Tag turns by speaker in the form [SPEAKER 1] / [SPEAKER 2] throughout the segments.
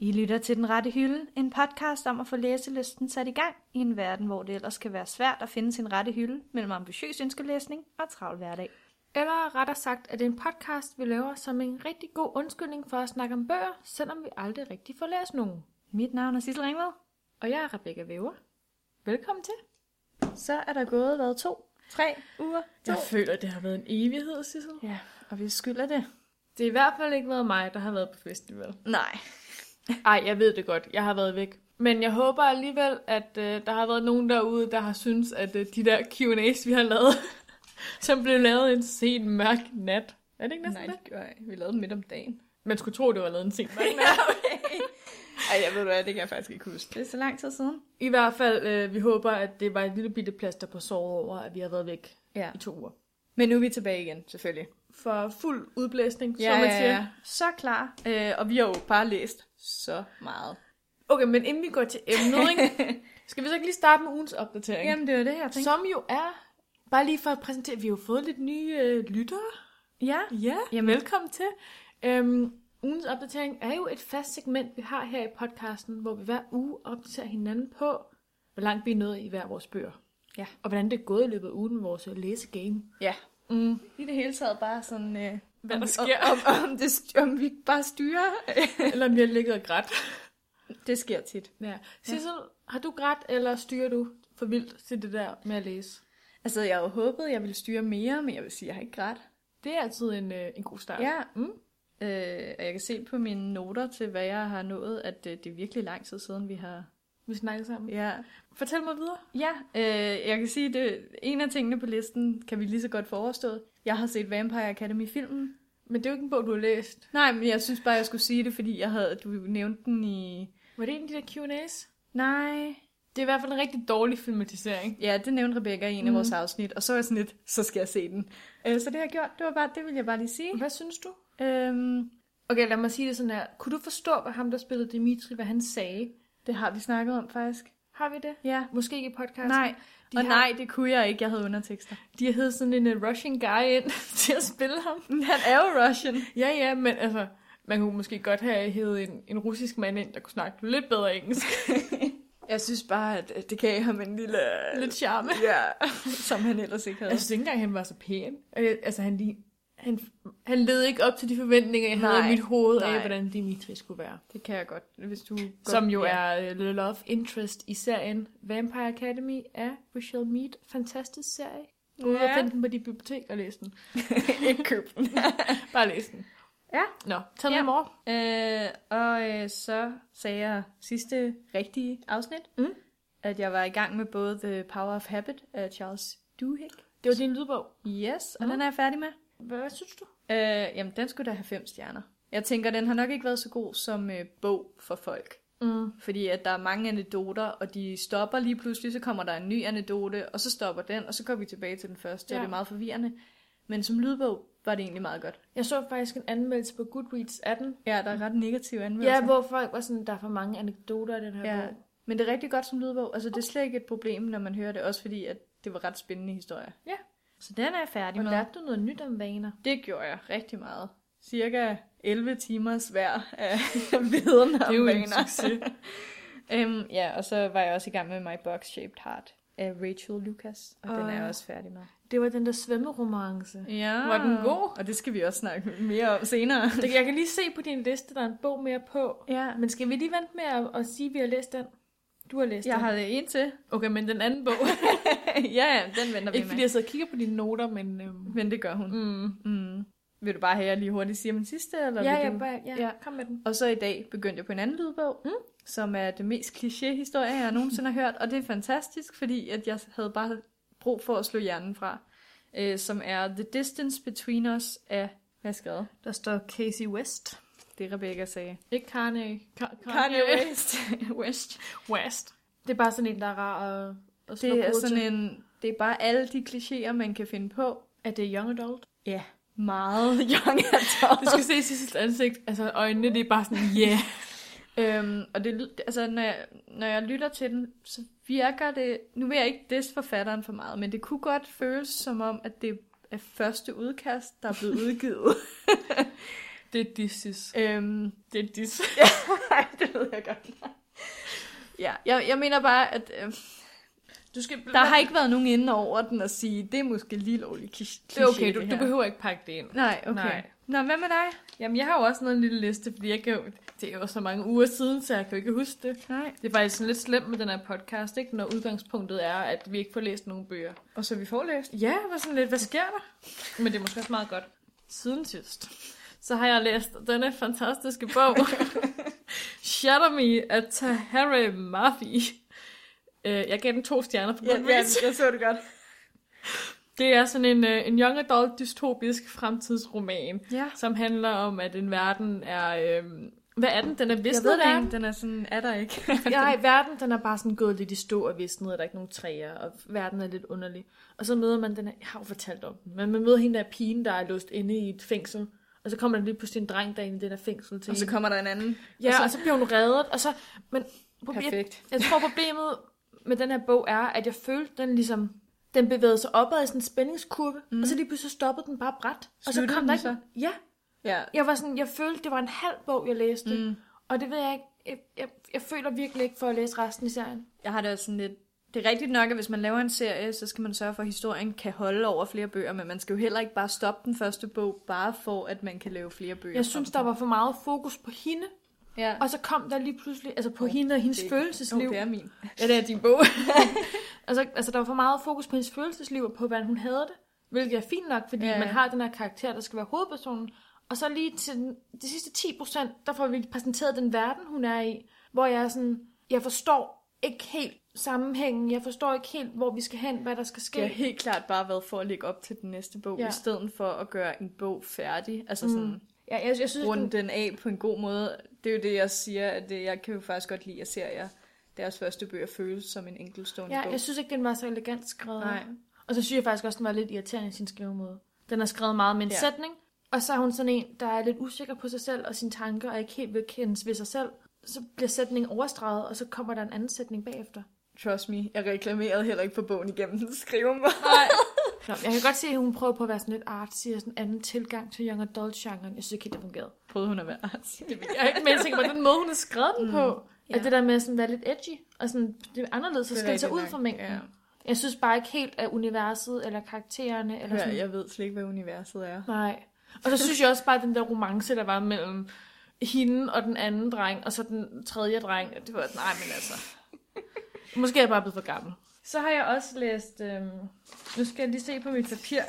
[SPEAKER 1] lytter til Den Rette Hylde, en podcast om at få læselysten sat i gang i en verden, hvor det ellers kan være svært at finde sin rette hylde mellem ambitiøs ønskelæsning og travl hverdag.
[SPEAKER 2] Eller rettere sagt, at det er en podcast, vi laver som en rigtig god undskyldning for at snakke om bøger, selvom vi aldrig rigtig får læst nogen.
[SPEAKER 1] Mit navn er Sissel Ringved.
[SPEAKER 2] Og jeg er Rebecca Væver. Velkommen til.
[SPEAKER 1] Så er der gået, hvad, to, tre uger? To.
[SPEAKER 2] Jeg føler, det har været en evighed, Sissel.
[SPEAKER 1] Ja, og vi skylder det.
[SPEAKER 2] Det er i hvert fald ikke været mig, der har været på festival.
[SPEAKER 1] Nej.
[SPEAKER 2] Ej, jeg ved det godt. Jeg har været væk. Men jeg håber alligevel, at øh, der har været nogen derude, der har syntes, at øh, de der Q&A's, vi har lavet, som blev lavet en sen mørk nat. Er det ikke næsten det?
[SPEAKER 3] gjorde jeg. Vi lavede midt om dagen.
[SPEAKER 2] Man skulle tro, det var lavet en sen mørk nat.
[SPEAKER 3] Ja, okay. Ej, jeg ved hvad, det kan jeg faktisk ikke huske.
[SPEAKER 1] Det er så lang tid siden.
[SPEAKER 2] I hvert fald, øh, vi håber, at det var et lille bitte plaster på såret over, at vi har været væk
[SPEAKER 3] Ja.
[SPEAKER 2] i to uger.
[SPEAKER 3] Men nu er vi tilbage igen, selvfølgelig.
[SPEAKER 2] For fuld udblæsning, som man siger.
[SPEAKER 1] Så klar.
[SPEAKER 3] Øh, og vi har jo bare læst så meget.
[SPEAKER 2] Okay, men inden vi går til emnet, ikke? skal vi så ikke lige starte med ugens opdatering?
[SPEAKER 1] Jamen, det var det, jeg tænkte.
[SPEAKER 2] som jo er, bare lige for at præsentere, vi har jo fået lidt nye øh, lyttere.
[SPEAKER 1] Ja.
[SPEAKER 2] Ja,
[SPEAKER 1] Jamen.
[SPEAKER 2] Jamen. velkommen til. Øhm, ugens opdatering er jo et fast segment, vi har her i podcasten, hvor vi hver uge opdaterer hinanden på, hvor langt vi er nået i hver vores bøger.
[SPEAKER 3] Ja.
[SPEAKER 2] Og hvordan det er gået i løbet af ugen med vores øh, læsegame.
[SPEAKER 3] Ja.
[SPEAKER 2] Mm.
[SPEAKER 3] I det hele taget bare sådan... Øh,
[SPEAKER 2] Hvad
[SPEAKER 3] om
[SPEAKER 2] der
[SPEAKER 3] vi-
[SPEAKER 2] sker.
[SPEAKER 3] Om, om, om, det, st- om vi bare styrer.
[SPEAKER 2] Eller om jeg har ligget og grædt.
[SPEAKER 3] det sker tit.
[SPEAKER 2] Ja. Sissel, har du grædt, eller styrer du for vildt til det der med at læse?
[SPEAKER 3] Altså, jeg havde håbet, jeg ville styre mere, men jeg vil sige, jeg har ikke grædt.
[SPEAKER 2] Det er altid en, øh, en god start.
[SPEAKER 3] Ja.
[SPEAKER 2] Mm.
[SPEAKER 3] Øh, og jeg kan se på mine noter til, hvad jeg har nået, at øh, det er virkelig lang tid siden, vi har...
[SPEAKER 2] Vi snakker sammen.
[SPEAKER 3] Ja,
[SPEAKER 2] Fortæl mig videre.
[SPEAKER 3] ja øh, jeg kan sige, at en af tingene på listen kan vi lige så godt få overstået. Jeg har set Vampire Academy-filmen,
[SPEAKER 2] Men det er jo ikke en bog, du har læst.
[SPEAKER 3] Nej, men jeg synes bare, jeg skulle sige det, fordi jeg havde, du nævnte den i...
[SPEAKER 2] Var det en af de der Q&A's?
[SPEAKER 3] Nej.
[SPEAKER 2] Det er i hvert fald en rigtig dårlig filmatisering.
[SPEAKER 3] Ja, det nævnte Rebecca i en af
[SPEAKER 2] Mhm.
[SPEAKER 3] vores afsnit, og så var jeg sådan lidt, så skal jeg se den. Øh, så det har jeg gjort, det var bare, det ville jeg bare lige sige.
[SPEAKER 2] Hvad synes du?
[SPEAKER 3] Øhm,
[SPEAKER 2] Okay, lad mig sige det sådan her. Kunne du forstå, hvad ham, der spillede Dimitri, hvad han sagde?
[SPEAKER 3] det har vi snakket om faktisk.
[SPEAKER 2] Har vi det?
[SPEAKER 3] Ja.
[SPEAKER 2] Måske ikke i podcasten.
[SPEAKER 3] Nej,
[SPEAKER 2] de
[SPEAKER 3] og
[SPEAKER 2] har-
[SPEAKER 3] nej, det kunne jeg ikke, jeg havde undertekster.
[SPEAKER 2] De har hævet sådan en øh, Russian guy ind til at spille ham.
[SPEAKER 3] Men han er jo Russian.
[SPEAKER 2] Ja, ja, men altså, man kunne måske godt have hævet en, en russisk mand ind, der kunne snakke lidt bedre engelsk.
[SPEAKER 3] Jeg synes bare, at øh, det gav ham en lille...
[SPEAKER 2] lidt charme.
[SPEAKER 3] Ja, Altså, som han ellers ikke havde.
[SPEAKER 2] Jeg synes ikke engang, han var så pæn. Øh, altså, han, lige, han, han led ikke op til de forventninger, jeg havde
[SPEAKER 3] Nej,
[SPEAKER 2] i mit hoved af,
[SPEAKER 3] nej.
[SPEAKER 2] hvordan Dimitri skulle være.
[SPEAKER 3] Det kan jeg godt, hvis du... Godt,
[SPEAKER 2] Som jo
[SPEAKER 3] ja.
[SPEAKER 2] er øh, The Love Interest i serien Vampire Academy af We Shall Meet. Fantastisk serie. Gå ud og
[SPEAKER 3] Ja.
[SPEAKER 2] find den på dit bibliotek og læs den.
[SPEAKER 3] ikke købt den.
[SPEAKER 2] Bare læs den.
[SPEAKER 3] Ja.
[SPEAKER 2] Nå, tag
[SPEAKER 3] Ja.
[SPEAKER 2] med mor.
[SPEAKER 3] Øh, og øh, så sagde jeg sidste rigtige afsnit,
[SPEAKER 2] Mm.
[SPEAKER 3] at jeg var i gang med både The Power of Habit af Charles Duhigg.
[SPEAKER 2] Det var din lydbog.
[SPEAKER 3] Yes, og
[SPEAKER 2] Mm.
[SPEAKER 3] den er jeg færdig med.
[SPEAKER 2] Hvad, hvad synes du?
[SPEAKER 3] Øh, jamen, den skulle da have fem stjerner. Jeg tænker, den har nok ikke været så god som øh, bog for folk.
[SPEAKER 2] Mm.
[SPEAKER 3] Fordi at der er mange anekdoter, og de stopper lige pludselig, så kommer der en ny anekdote, og så stopper den, og så går vi tilbage til den første,
[SPEAKER 2] Ja.
[SPEAKER 3] ja. og det er meget forvirrende. Men som lydbog var det egentlig meget godt.
[SPEAKER 2] Jeg så faktisk en anmeldelse på Goodreads af den.
[SPEAKER 3] Ja, der er ret negative anmeldelser.
[SPEAKER 2] Ja, hvor folk var sådan, der er for mange anekdoter i den her
[SPEAKER 3] Ja,
[SPEAKER 2] bog.
[SPEAKER 3] men det er rigtig godt som lydbog. Altså, det er slet ikke et problem, når man hører det, også fordi, at det var ret spændende historie.
[SPEAKER 2] Ja.
[SPEAKER 3] Så den er jeg færdig
[SPEAKER 2] Og
[SPEAKER 3] med.
[SPEAKER 2] lærte du noget nyt om vaner?
[SPEAKER 3] Det gjorde jeg rigtig meget. Cirka 11 timers hver af viden om
[SPEAKER 2] Det er jo en
[SPEAKER 3] vaner.
[SPEAKER 2] succes.
[SPEAKER 3] øhm, ja, og så var jeg også i gang med My Box Shaped Heart af Rachel Lucas, og den er jeg
[SPEAKER 2] Åh.
[SPEAKER 3] også færdig med.
[SPEAKER 2] Det var den der svømmeromance.
[SPEAKER 3] Ja.
[SPEAKER 2] Var den god?
[SPEAKER 3] Og det skal vi også snakke mere om senere.
[SPEAKER 2] Det- Jeg kan lige se på din liste, der er en bog mere på.
[SPEAKER 3] ja,
[SPEAKER 2] Men skal vi lige vente med at, at sige, at vi har læst den? Du har læst
[SPEAKER 3] jeg
[SPEAKER 2] den.
[SPEAKER 3] har en til.
[SPEAKER 2] Okay, men den anden bog.
[SPEAKER 3] ja, ja, den venter vi
[SPEAKER 2] Ikke fordi
[SPEAKER 3] med.
[SPEAKER 2] jeg sidder og kigger på dine noter, men... Øhm,
[SPEAKER 3] Men det gør hun.
[SPEAKER 2] mm.
[SPEAKER 3] Mm. Vil du bare have, at jeg lige hurtigt siger min sidste? Eller
[SPEAKER 2] Ja,
[SPEAKER 3] vil
[SPEAKER 2] ja,
[SPEAKER 3] du...
[SPEAKER 2] bare, ja,
[SPEAKER 3] ja.
[SPEAKER 2] ja, kom med den.
[SPEAKER 3] Og så i dag begyndte jeg på en anden lydbog, mm. som er det mest kliché-historie, jeg nogensinde har hørt. Og det er fantastisk, fordi at jeg havde bare brug for at slå hjernen fra. Øh, som er The Distance Between Us af... Hvad skrev
[SPEAKER 2] Der står Casey West.
[SPEAKER 3] Det Rebecca sagde.
[SPEAKER 2] Ikke Kanye. Ka-
[SPEAKER 3] West. West.
[SPEAKER 2] West. Det er bare sådan en, der er rar at, at slå
[SPEAKER 3] Det er
[SPEAKER 2] hovedet til.
[SPEAKER 3] sådan en... Det er bare alle de klichéer, man kan finde på.
[SPEAKER 2] Er det young adult?
[SPEAKER 3] Ja, meget young
[SPEAKER 2] Du skal se Sissels ansigt. Altså, øjnene, det er bare sådan, yeah.
[SPEAKER 3] Øhm, og det, lyd- altså, når, jeg, når jeg lytter til den, så virker det... Nu vil jeg ikke des forfatteren for meget, men det kunne godt føles som om, at det er første udkast, der er blevet udgivet.
[SPEAKER 2] Det er disses.
[SPEAKER 3] Øhm,
[SPEAKER 2] Det er dis.
[SPEAKER 3] nej, det ved jeg godt. ja, jeg, jeg mener bare, at øh,
[SPEAKER 2] Du skal...
[SPEAKER 3] der har ikke været nogen inde over den at sige, det er måske lige lovligt kliché.
[SPEAKER 2] Det er okay,
[SPEAKER 3] det
[SPEAKER 2] du,
[SPEAKER 3] her."
[SPEAKER 2] du behøver ikke pakke det ind.
[SPEAKER 3] Nej, okay.
[SPEAKER 2] Nej.
[SPEAKER 3] Nej. Nå, hvad med dig?
[SPEAKER 2] Jamen, jeg har jo også noget en lille liste, fordi jeg kan jo, det er jo så mange uger siden, så jeg kan jo ikke huske det.
[SPEAKER 3] Nej.
[SPEAKER 2] Det er faktisk sådan lidt slemt med den her podcast, ikke? når udgangspunktet er, at vi ikke får læst nogen bøger.
[SPEAKER 3] Og så vi får læst.
[SPEAKER 2] Ja, det var sådan lidt, hvad sker der? Men det er måske også meget godt. Siden sidst, så har jeg læst denne fantastiske bog, Shatter Me af Tahare Mafi. Øh, Jeg gav den to stjerner på Goodreads.
[SPEAKER 3] jeg så det godt.
[SPEAKER 2] Det er sådan en, øh, en young adult dystopisk fremtidsroman,
[SPEAKER 3] Ja.
[SPEAKER 2] som handler om, at en verden er... Øh, hvad er den? Den er
[SPEAKER 3] Jeg
[SPEAKER 2] visnet
[SPEAKER 3] ved det
[SPEAKER 2] verden.
[SPEAKER 3] ikke, den er sådan, er der ikke.
[SPEAKER 2] Nej, verden den er bare sådan gået lidt i stå og visnet, og der er ikke nogen træer, og verden er lidt underlig. Og så møder man den her, jeg har jo fortalt om den, men man møder hende der pigen, der er låst inde i et fængsel. Og så kommer der lige pludselig en dreng derinde i det der fængsel til
[SPEAKER 3] og så
[SPEAKER 2] hende.
[SPEAKER 3] kommer der en anden.
[SPEAKER 2] Ja, og så, og så bliver hun reddet, og så... Men jeg,
[SPEAKER 3] Perfekt.
[SPEAKER 2] jeg tror problemet med den her bog er, at jeg følte, den ligesom... Den bevægede sig opad i sådan en spændingskurve, mm. og så lige pludselig stoppede den bare bræt. Og så
[SPEAKER 3] Sluttede
[SPEAKER 2] kom
[SPEAKER 3] den
[SPEAKER 2] der ikke...
[SPEAKER 3] så?
[SPEAKER 2] Ja,
[SPEAKER 3] Ja.
[SPEAKER 2] jeg var sådan, jeg følte, det var en halv bog, jeg læste. Mm. Og det ved jeg ikke. Jeg, jeg, jeg føler virkelig ikke for at læse resten i serien.
[SPEAKER 3] Jeg har det også sådan lidt... Det er rigtigt nok, at hvis man laver en serie, så skal man sørge for, at historien kan holde over flere bøger, men man skal jo heller ikke bare stoppe den første bog, bare for at man kan lave flere bøger.
[SPEAKER 2] Jeg synes, der var for meget fokus på hende,
[SPEAKER 3] Ja.
[SPEAKER 2] og så kom der lige pludselig, altså på hende og hendes
[SPEAKER 3] det-
[SPEAKER 2] følelsesliv.
[SPEAKER 3] det er min.
[SPEAKER 2] Ja, det er din bog. altså, altså, der var for meget fokus på hendes følelsesliv og på, hvordan hun havde det, hvilket er fint nok, fordi
[SPEAKER 3] Ja,
[SPEAKER 2] ja.
[SPEAKER 3] ja.
[SPEAKER 2] man har den her karakter, der skal være hovedpersonen. Og så lige til den- de sidste 10 procent, der får vi præsenteret den verden, hun er i, hvor jeg er sådan, jeg forstår ikke helt sammenhængen, jeg forstår ikke helt, hvor vi skal hen, hvad der skal ske.
[SPEAKER 3] Det har helt klart bare været for at lægge op til den næste bog,
[SPEAKER 2] Ja.
[SPEAKER 3] ja. i stedet for at gøre en bog færdig. Altså sådan, mm.
[SPEAKER 2] Ja, jeg, jeg synes,
[SPEAKER 3] runde
[SPEAKER 2] den,
[SPEAKER 3] den af på en god måde. Det er jo det, jeg siger, at det, jeg kan jo faktisk godt lide at serier. Deres første bøger føles som en enkeltstående
[SPEAKER 2] ja,
[SPEAKER 3] bog.
[SPEAKER 2] jeg synes ikke, den var så elegant skrevet.
[SPEAKER 3] Nej.
[SPEAKER 2] Og så synes jeg faktisk også, den var lidt irriterende i sin skrivemåde. Den er skrevet meget med en ja.
[SPEAKER 3] Ja.
[SPEAKER 2] sætning, og så er hun sådan en, der er lidt usikker på sig selv og sine tanker, og ikke helt vil kendes ved sig selv. Så bliver sætningen overstreget, og så kommer der en anden sætning bagefter.
[SPEAKER 3] Trust me, jeg reklamerede heller ikke for bogen igennem den skrivemåde.
[SPEAKER 2] Nå, men jeg kan godt se, at hun prøver på at være sådan lidt artsy og sådan en anden tilgang til young adult-genren. Jeg synes ikke, helt, det fungerede.
[SPEAKER 3] Prøvede hun at være artig. Det
[SPEAKER 2] Jeg er ikke med tænker på den måde, hun har skrevet den på. Mm, At det der med at sådan være lidt edgy, og sådan, det er anderledes, så
[SPEAKER 3] er
[SPEAKER 2] skal det tage ud
[SPEAKER 3] rigtigt nok,
[SPEAKER 2] fra mængden.
[SPEAKER 3] ja.
[SPEAKER 2] Jeg synes bare ikke helt, at universet eller karaktererne... Eller sådan,
[SPEAKER 3] Hør, jeg ved slet ikke, hvad universet er.
[SPEAKER 2] Nej. Og så synes jeg også bare, at den der romance, der var mellem hende og den anden dreng, og så den tredje dreng, det var, nej, men altså... Måske er jeg bare blevet for gammel. Så har jeg også læst... Øhm, nu skal jeg lige se på mit papir.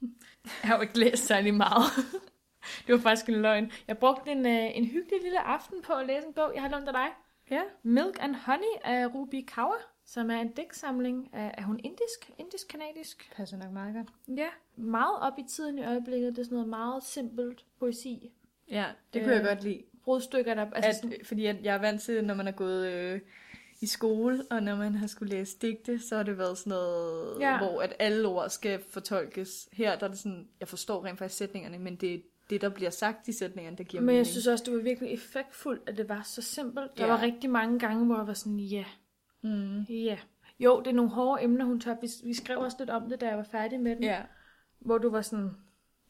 [SPEAKER 2] jeg har jo ikke læst særlig meget. det var faktisk en løgn. Jeg brugte en, øh, en hyggelig lille aften på at læse en bog, jeg har lånt af dig.
[SPEAKER 3] Ja.
[SPEAKER 2] Milk and Honey af Ruby Kaur, som er en digtsamling af... Er hun indisk? Indisk-kanadisk?
[SPEAKER 3] Passer nok meget godt.
[SPEAKER 2] Ja, meget op i tiden i øjeblikket. Det er sådan noget meget simpelt poesi.
[SPEAKER 3] Ja, det kunne
[SPEAKER 2] Øh,
[SPEAKER 3] jeg godt lide.
[SPEAKER 2] Brudstykker, der... Altså
[SPEAKER 3] At,
[SPEAKER 2] sådan,
[SPEAKER 3] fordi at jeg er vant til, når man er gået øh, i skole, og når man har skulle læse digte, så har det været sådan noget,
[SPEAKER 2] Ja.
[SPEAKER 3] ja. hvor at alle ord skal fortolkes. Her der er det sådan, jeg forstår rent faktisk sætningerne, men det er det, der bliver sagt i sætningerne, der giver
[SPEAKER 2] men
[SPEAKER 3] mening.
[SPEAKER 2] jeg synes også, det var virkelig effektfuldt, at det var så simpelt. Der
[SPEAKER 3] Ja.
[SPEAKER 2] var rigtig mange gange, hvor jeg var sådan, ja,
[SPEAKER 3] Mm.
[SPEAKER 2] ja. Jo, det er nogle hårde emner, hun tager. Vi, vi skrev også lidt om det, da jeg var færdig med den.
[SPEAKER 3] Ja,
[SPEAKER 2] Hvor du var sådan...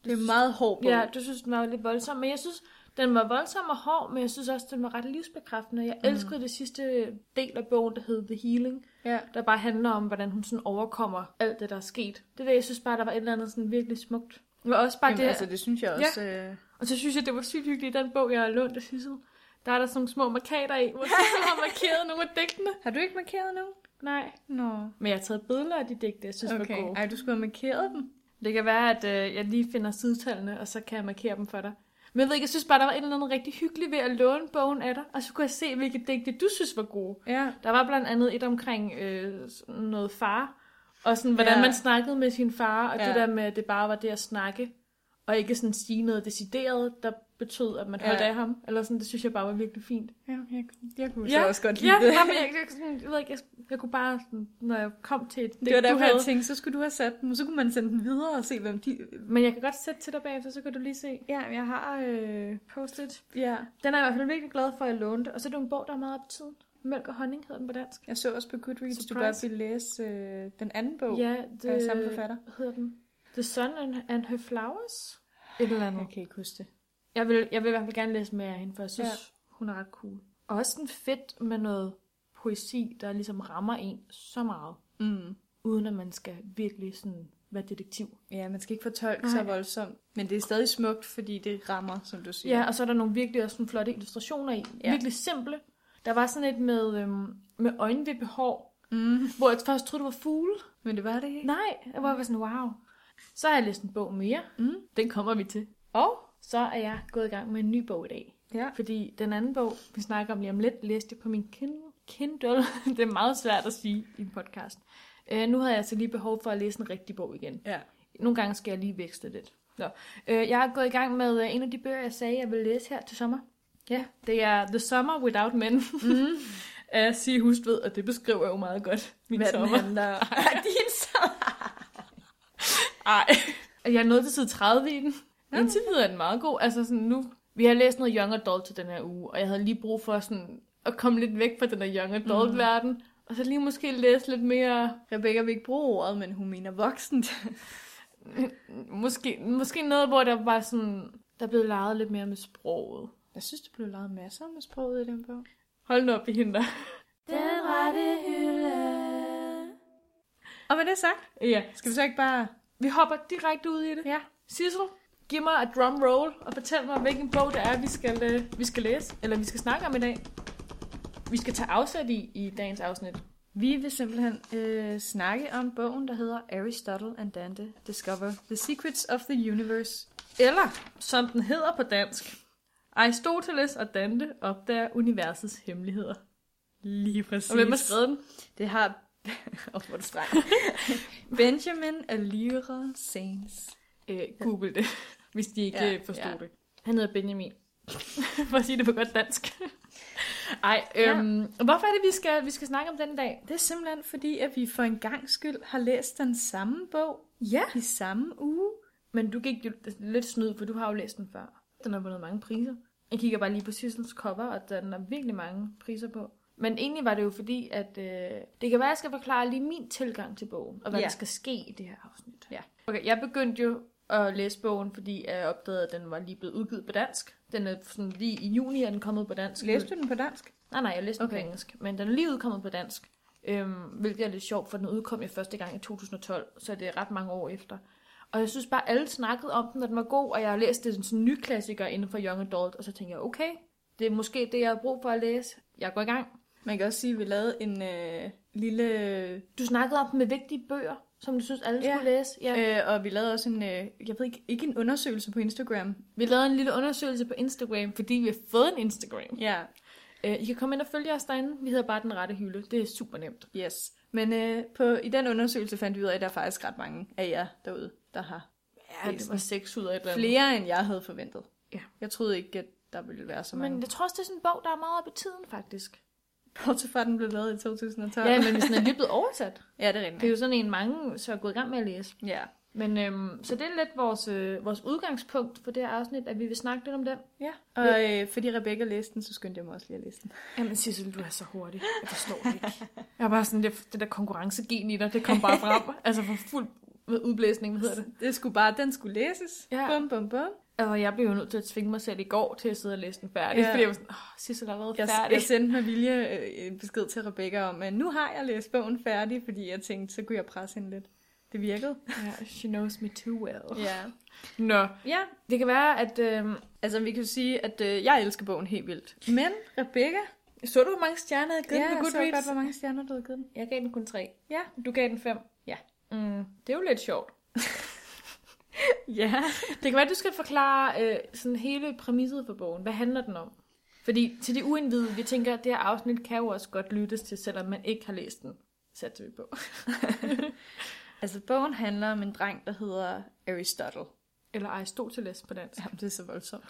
[SPEAKER 3] det er en meget hård bog.
[SPEAKER 2] Ja, du synes, den var lidt voldsom. Men jeg synes, den var voldsom og hård, men jeg synes også, den var ret livsbekræftende. Jeg
[SPEAKER 3] Mhm.
[SPEAKER 2] elskede det sidste del af bogen, der hed The Healing.
[SPEAKER 3] ja.
[SPEAKER 2] der bare handler om, hvordan hun sådan overkommer alt det, der er sket. Det der, jeg synes bare, der var et eller andet sådan virkelig smukt. Men også bare
[SPEAKER 3] Jamen,
[SPEAKER 2] det,
[SPEAKER 3] altså, det synes jeg også. Ja. Øh,
[SPEAKER 2] Og så synes jeg, det var sygt hyggeligt i den bog, jeg har lånt af Sissel. Der er der sådan nogle små markader i, hvor Sissel har markeret nogle af digtene.
[SPEAKER 3] har du ikke markeret nogen?
[SPEAKER 2] Nej.
[SPEAKER 3] Nå.
[SPEAKER 2] Men jeg har taget billeder af de digte, jeg synes okay. var
[SPEAKER 3] Okay.
[SPEAKER 2] gode.
[SPEAKER 3] Ej, du skulle have markeret dem.
[SPEAKER 2] Det kan være, at øh, jeg lige finder sidetallene, og så kan jeg markere dem for dig. Men jeg ved ikke, jeg synes bare, der var et eller andet rigtig hyggeligt ved at låne bogen af dig. Og så kunne jeg se, hvilke digte du synes var gode.
[SPEAKER 3] Ja.
[SPEAKER 2] Der var blandt andet et omkring øh, sådan noget far, og sådan, hvordan ja.
[SPEAKER 3] Ja.
[SPEAKER 2] man snakkede med sin far, og ja.
[SPEAKER 3] Ja.
[SPEAKER 2] det der med, at det bare var det at snakke, og ikke sådan sige noget decideret, der betød, at man
[SPEAKER 3] Ja.
[SPEAKER 2] holdt af ham. Eller sådan, det synes jeg bare var virkelig fint.
[SPEAKER 3] ja jeg, jeg kunne
[SPEAKER 2] Ja,
[SPEAKER 3] så også godt lide
[SPEAKER 2] Ja,
[SPEAKER 3] det.
[SPEAKER 2] nej, men jeg, jeg, sådan, jeg, ved ikke, jeg, jeg kunne bare, sådan, når jeg kom til et
[SPEAKER 3] Det var
[SPEAKER 2] digt,
[SPEAKER 3] derfor, jeg tænkte, så skulle du have sat dem, og så kunne man sende dem videre og se, hvem de...
[SPEAKER 2] Men jeg kan godt sætte til dig bagefter, så kan du lige se.
[SPEAKER 3] Ja, jeg har... Øh...
[SPEAKER 2] Post-it.
[SPEAKER 3] Ja.
[SPEAKER 2] Den er jeg i hvert fald virkelig glad for, at jeg lånte. Og så er det jo en bog, der er meget op i tiden. Mælk og honning hedder den på dansk.
[SPEAKER 3] Jeg så også på Goodreads,
[SPEAKER 2] Surprise.
[SPEAKER 3] du godt ville læse øh, den anden bog
[SPEAKER 2] ja, det
[SPEAKER 3] af samme forfatter.
[SPEAKER 2] Hvad hedder den? The Sun and, and Her Flowers? Et eller andet.
[SPEAKER 3] Jeg kan ikke huske det.
[SPEAKER 2] Jeg vil, jeg vil i hvert fald gerne læse mere af hende, for jeg synes,
[SPEAKER 3] Ja. Hun er ret cool.
[SPEAKER 2] Og også sådan fedt med noget poesi, der ligesom rammer en så meget,
[SPEAKER 3] Mm.
[SPEAKER 2] uden at man skal virkelig sådan være detektiv.
[SPEAKER 3] Ja, man skal ikke fortolke
[SPEAKER 2] Nej.
[SPEAKER 3] så voldsomt. Men det er stadig smukt, fordi det rammer, som du siger.
[SPEAKER 2] Ja, og så er der nogle virkelig også nogle flotte illustrationer i. Ja.
[SPEAKER 3] Ja.
[SPEAKER 2] Virkelig simple. Der var sådan et med, øhm, med øjenvippehår,
[SPEAKER 3] Mm.
[SPEAKER 2] hvor jeg først troede, det var fugle.
[SPEAKER 3] Men det var det ikke.
[SPEAKER 2] Nej, jeg var bare sådan, wow. Så har jeg læst en bog mere.
[SPEAKER 3] Mm.
[SPEAKER 2] Den kommer vi til. Og så er jeg gået i gang med en ny bog i dag.
[SPEAKER 3] Ja.
[SPEAKER 2] Fordi den anden bog, vi snakker om lige om lidt, læste jeg på min kin- Kindle. det er meget svært at sige i en podcast. Øh, nu havde jeg altså lige behov for at læse en rigtig bog igen.
[SPEAKER 3] Ja.
[SPEAKER 2] Nogle gange skal jeg lige vækste lidt. Nå. Øh, jeg er gået i gang med øh, en af de bøger, jeg sagde, jeg ville læse her til sommer. Ja, det er The Summer Without Men
[SPEAKER 3] Mhm.
[SPEAKER 2] mm. af Sige Hustved, og det beskriver jo meget godt min
[SPEAKER 3] Hvad den
[SPEAKER 2] sommer.
[SPEAKER 3] handler om.
[SPEAKER 2] Din sommer. Ej. Jeg er nået til side 30 i den. Ja. Indtil videre er den meget god. Altså sådan nu, vi har læst noget Young Adult til den her uge, og jeg havde lige brug for sådan at komme lidt væk fra den der Young Adult-verden, mm. og så lige måske læse lidt mere,
[SPEAKER 3] Rebecca vil ikke bruge ordet, men hun mener voksent.
[SPEAKER 2] måske, måske noget, hvor der var sådan, der blev leget lidt mere med sproget.
[SPEAKER 3] Jeg synes, der blev lavet masser med sproget i den bog.
[SPEAKER 2] Hold nu op i hende der.
[SPEAKER 1] Den rette hylde.
[SPEAKER 3] Og med det sagt,
[SPEAKER 2] Ja,
[SPEAKER 3] skal vi så ikke bare...
[SPEAKER 2] vi hopper direkte ud i det.
[SPEAKER 3] Ja.
[SPEAKER 2] Sissel, giv mig et drum roll og fortæl mig, hvilken bog det er, vi skal, øh, vi skal læse, eller vi skal snakke om i dag. Vi skal tage afsæt i, i dagens afsnit.
[SPEAKER 3] Vi vil simpelthen øh, snakke om bogen, der hedder Aristotle and Dante Discover the Secrets of the Universe.
[SPEAKER 2] Eller, som den hedder på dansk, Aristoteles og Dante opdager universets hemmeligheder.
[SPEAKER 3] Lige præcis.
[SPEAKER 2] Og hvem har skrevet den?
[SPEAKER 3] Det har... Åh, hvor er det strengt. Benjamin Alira Saints.
[SPEAKER 2] Øh, Google det, hvis de ikke
[SPEAKER 3] Ja,
[SPEAKER 2] ja, forstod ja.
[SPEAKER 3] ja.
[SPEAKER 2] det. Han hedder Benjamin. For at sige det på godt dansk. Ej, øhm, ja. hvorfor er det, vi skal, vi skal snakke om den i dag?
[SPEAKER 3] Det er simpelthen fordi, at vi for en gang skyld har læst den samme bog
[SPEAKER 2] Ja.
[SPEAKER 3] i samme uge.
[SPEAKER 2] Men du gik jo lidt snyd, for du har jo læst den før. Den har vundet mange priser. Jeg kigger bare lige på Sissels cover, og den har virkelig mange priser på. Men egentlig var det jo fordi, at øh, det kan være, at jeg skal forklare lige min tilgang til bogen, og hvad ja.
[SPEAKER 3] Ja.
[SPEAKER 2] der skal ske i det her afsnit.
[SPEAKER 3] Ja.
[SPEAKER 2] Okay, jeg begyndte jo at læse bogen, fordi jeg opdagede, at den var lige blevet udgivet på dansk. Den er sådan lige i juni, er den kommet på dansk.
[SPEAKER 3] Læste du den på dansk?
[SPEAKER 2] Nej, nej, jeg læste okay. den
[SPEAKER 3] Okay.
[SPEAKER 2] på engelsk, men den er lige udkommet på dansk. Øhm, hvilket er lidt sjovt, for den udkom jeg første gang i 2012, så det er ret mange år efter. Og jeg synes bare, alle snakkede om den, og den var god, og jeg har læst det som sådan en ny klassiker inden for Young Adult, og så tænkte jeg, okay, det er måske det, jeg har brug for at læse. Jeg går i gang.
[SPEAKER 3] Man kan også sige, at vi lavede en øh, lille...
[SPEAKER 2] Du snakkede om den med vigtige bøger, som du synes, alle
[SPEAKER 3] Ja.
[SPEAKER 2] skulle læse. Ja.
[SPEAKER 3] Øh, og vi lavede også en... Øh, jeg ved ikke, ikke en undersøgelse på Instagram.
[SPEAKER 2] Vi lavede en lille undersøgelse på Instagram, fordi vi har fået en Instagram.
[SPEAKER 3] Ja,
[SPEAKER 2] Øh, I kan komme ind og følge os derinde. Vi hedder bare Den Rette Hylde. Det er super nemt.
[SPEAKER 3] yes. Men øh, på, i den undersøgelse fandt vi ud af, at der er faktisk ret mange af jer derude, der har
[SPEAKER 2] Ja, det var seks ud af et eller andet.
[SPEAKER 3] flere, end jeg havde forventet.
[SPEAKER 2] Ja.
[SPEAKER 3] Jeg troede ikke, at der ville være så mange.
[SPEAKER 2] Men jeg tror også, det er sådan en bog, der er meget op i tiden, faktisk.
[SPEAKER 3] Bortset fra, at den blev lavet i 2012.
[SPEAKER 2] Ja, men hvis den er lige blevet oversat.
[SPEAKER 3] ja det er
[SPEAKER 2] Det er
[SPEAKER 3] rigtigt.
[SPEAKER 2] jo sådan en, mange så er gået i gang med at læse.
[SPEAKER 3] Ja.
[SPEAKER 2] Men øhm, så det er lidt vores, øh, vores udgangspunkt for det her afsnit, at vi vil snakke lidt om den.
[SPEAKER 3] ja. Og øh, fordi Rebecca læste den, så skyndte jeg mig også lige at læse den.
[SPEAKER 2] Jamen Sissel, du er så hurtig. Jeg forstår det ikke. Jeg var bare sådan, det, det der konkurrencegen i dig, det kom bare frem. altså for fuld med udblæsning, hvad hedder det?
[SPEAKER 3] Det skulle bare, den skulle læses.
[SPEAKER 2] Ja.
[SPEAKER 3] Bum, bum, bum.
[SPEAKER 2] Og Altså, jeg blev jo nødt til at tvinge mig selv i går til at sidde og læse den færdig, ja.
[SPEAKER 3] Ja.
[SPEAKER 2] fordi jeg var sådan, åh, Sissel har været
[SPEAKER 3] Jeg,
[SPEAKER 2] færdig.
[SPEAKER 3] jeg sendte med vilje øh, en besked til Rebecca om, at nu har jeg læst bogen færdig, fordi jeg tænkte, så kunne jeg presse hende lidt. Det virkede.
[SPEAKER 2] ja, she knows me too well.
[SPEAKER 3] Ja.
[SPEAKER 2] Nå,
[SPEAKER 3] ja.
[SPEAKER 2] det kan være, at... Øhm,
[SPEAKER 3] Altså, vi kan jo sige, at øh, jeg elsker bogen helt vildt. Men Rebecca,
[SPEAKER 2] så du, hvor mange stjerner jeg havde givet
[SPEAKER 3] ja,
[SPEAKER 2] den på
[SPEAKER 3] jeg så
[SPEAKER 2] Goodreads?
[SPEAKER 3] godt, hvor mange stjerner du havde givet den.
[SPEAKER 2] Jeg gav den kun tre.
[SPEAKER 3] Ja.
[SPEAKER 2] Du gav den fem.
[SPEAKER 3] Ja.
[SPEAKER 2] Mm, det er jo lidt sjovt.
[SPEAKER 3] Ja.
[SPEAKER 2] Det kan være, at du skal forklare øh, sådan hele præmisset for bogen. Hvad handler den om? Fordi til de uindvidede, vi tænker, at det her afsnit kan jo også godt lyttes til, selvom man ikke har læst den. Satte vi på.
[SPEAKER 3] Altså, bogen handler om en dreng, der hedder Aristotle.
[SPEAKER 2] Eller Aristoteles på dansk.
[SPEAKER 3] Jamen, det er så voldsomt.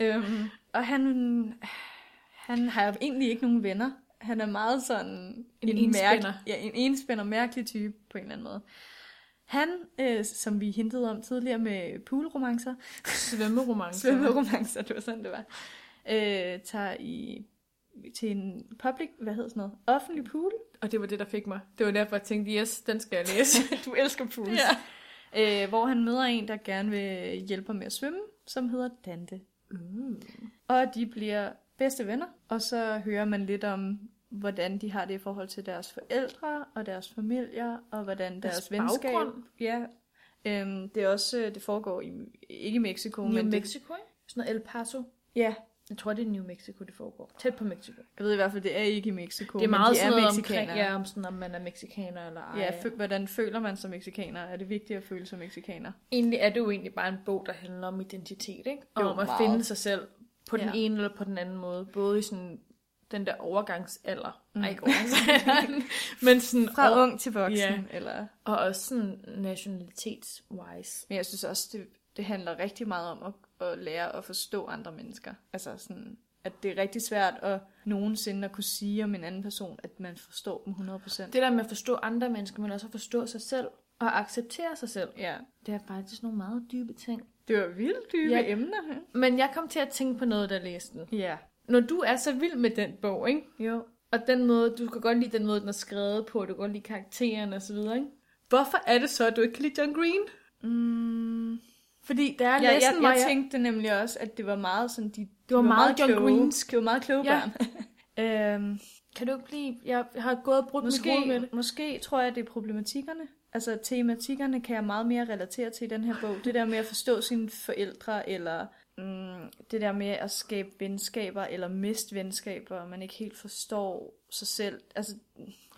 [SPEAKER 3] øhm, og han, han har egentlig ikke nogen venner. Han er meget sådan
[SPEAKER 2] En enspænder.
[SPEAKER 3] ja, en enspænder, mærkelig type på en eller anden måde. Han, øh, som vi hintede om tidligere med poolromancer,
[SPEAKER 2] Svømmeromance.
[SPEAKER 3] svømmeromancer, det var sådan, det var, øh, tager i til en public, hvad hedder sådan noget, offentlig pool.
[SPEAKER 2] Og det var det, der fik mig. Det var derfor, jeg tænkte, yes, den skal jeg læse.
[SPEAKER 3] du elsker pools. Ja. Øh, hvor han møder en, der gerne vil hjælpe ham med at svømme, som hedder Dante.
[SPEAKER 2] Mm.
[SPEAKER 3] Og de bliver bedste venner, og så hører man lidt om, hvordan de har det i forhold til deres forældre og deres familier, og hvordan deres,
[SPEAKER 2] Deres
[SPEAKER 3] deres venskab...
[SPEAKER 2] baggrund.
[SPEAKER 3] Ja, øhm, det er også, øh, det foregår i, ikke i Mexico,
[SPEAKER 2] New
[SPEAKER 3] men det,
[SPEAKER 2] Mexico, ikke? Sådan noget El Paso.
[SPEAKER 3] ja,
[SPEAKER 2] Jeg tror, det er New Mexico, det foregår. Tæt på Mexico.
[SPEAKER 3] jeg ved i hvert fald, det er ikke i Mexico,
[SPEAKER 2] Det er meget
[SPEAKER 3] men de
[SPEAKER 2] sådan
[SPEAKER 3] er
[SPEAKER 2] noget
[SPEAKER 3] mexikanere.
[SPEAKER 2] omkring, ja, om, sådan, om man er mexikaner eller ej.
[SPEAKER 3] Ja, fø- hvordan føler man som mexikaner? Er det vigtigt at føle som mexikaner?
[SPEAKER 2] Egentlig er det jo egentlig bare en bog, der handler om identitet, ikke? Og
[SPEAKER 3] Jo,
[SPEAKER 2] om at
[SPEAKER 3] meget.
[SPEAKER 2] finde sig selv på den
[SPEAKER 3] Ja.
[SPEAKER 2] ene eller på den anden måde. Både i sådan den der overgangsalder. Mm. Ej, ikke overgangsalderen. men sådan,
[SPEAKER 3] Fra
[SPEAKER 2] og,
[SPEAKER 3] ung til voksen,
[SPEAKER 2] Ja.
[SPEAKER 3] eller...
[SPEAKER 2] og også sådan nationalitets-wise.
[SPEAKER 3] Men jeg synes også, det, det handler rigtig meget om at, at lære at forstå andre mennesker. Altså sådan, at det er rigtig svært at nogensinde at kunne sige om en anden person, at man forstår dem 100%. Det,
[SPEAKER 2] Det der med at forstå andre mennesker, men også at forstå sig selv og acceptere sig selv.
[SPEAKER 3] ja,
[SPEAKER 2] Det er faktisk nogle meget dybe ting.
[SPEAKER 3] det var vildt dybe
[SPEAKER 2] Ja.
[SPEAKER 3] ja. emner. He?
[SPEAKER 2] Men jeg kom til at tænke på noget, der læste den.
[SPEAKER 3] Ja.
[SPEAKER 2] Når du er så vild med den bog, ikke?
[SPEAKER 3] Jo.
[SPEAKER 2] Og den måde, du kan godt lide den måde, den er skrevet på, du kan godt lide karakteren og så videre, ikke? Hvorfor er det så, at du ikke kan lide John Green?
[SPEAKER 3] Mm,
[SPEAKER 2] Fordi der er
[SPEAKER 3] jeg, jeg,
[SPEAKER 2] næsten,
[SPEAKER 3] jeg,
[SPEAKER 2] hvor
[SPEAKER 3] jeg tænkte nemlig også, at det var meget sådan, de, det
[SPEAKER 2] var meget John
[SPEAKER 3] kloge.
[SPEAKER 2] Greensk.
[SPEAKER 3] Det var meget kloge
[SPEAKER 2] Ja.
[SPEAKER 3] børn. øhm,
[SPEAKER 2] Kan du ikke blive... Jeg har gået og brugt mit hoved med
[SPEAKER 3] Måske,
[SPEAKER 2] det.
[SPEAKER 3] måske tror jeg, det er problematikkerne. Altså tematikkerne kan jeg meget mere relatere til i den her bog. Det der med at forstå sine forældre, eller mm, det der med at skabe venskaber, eller miste venskaber, og man ikke helt forstår sig selv. Altså,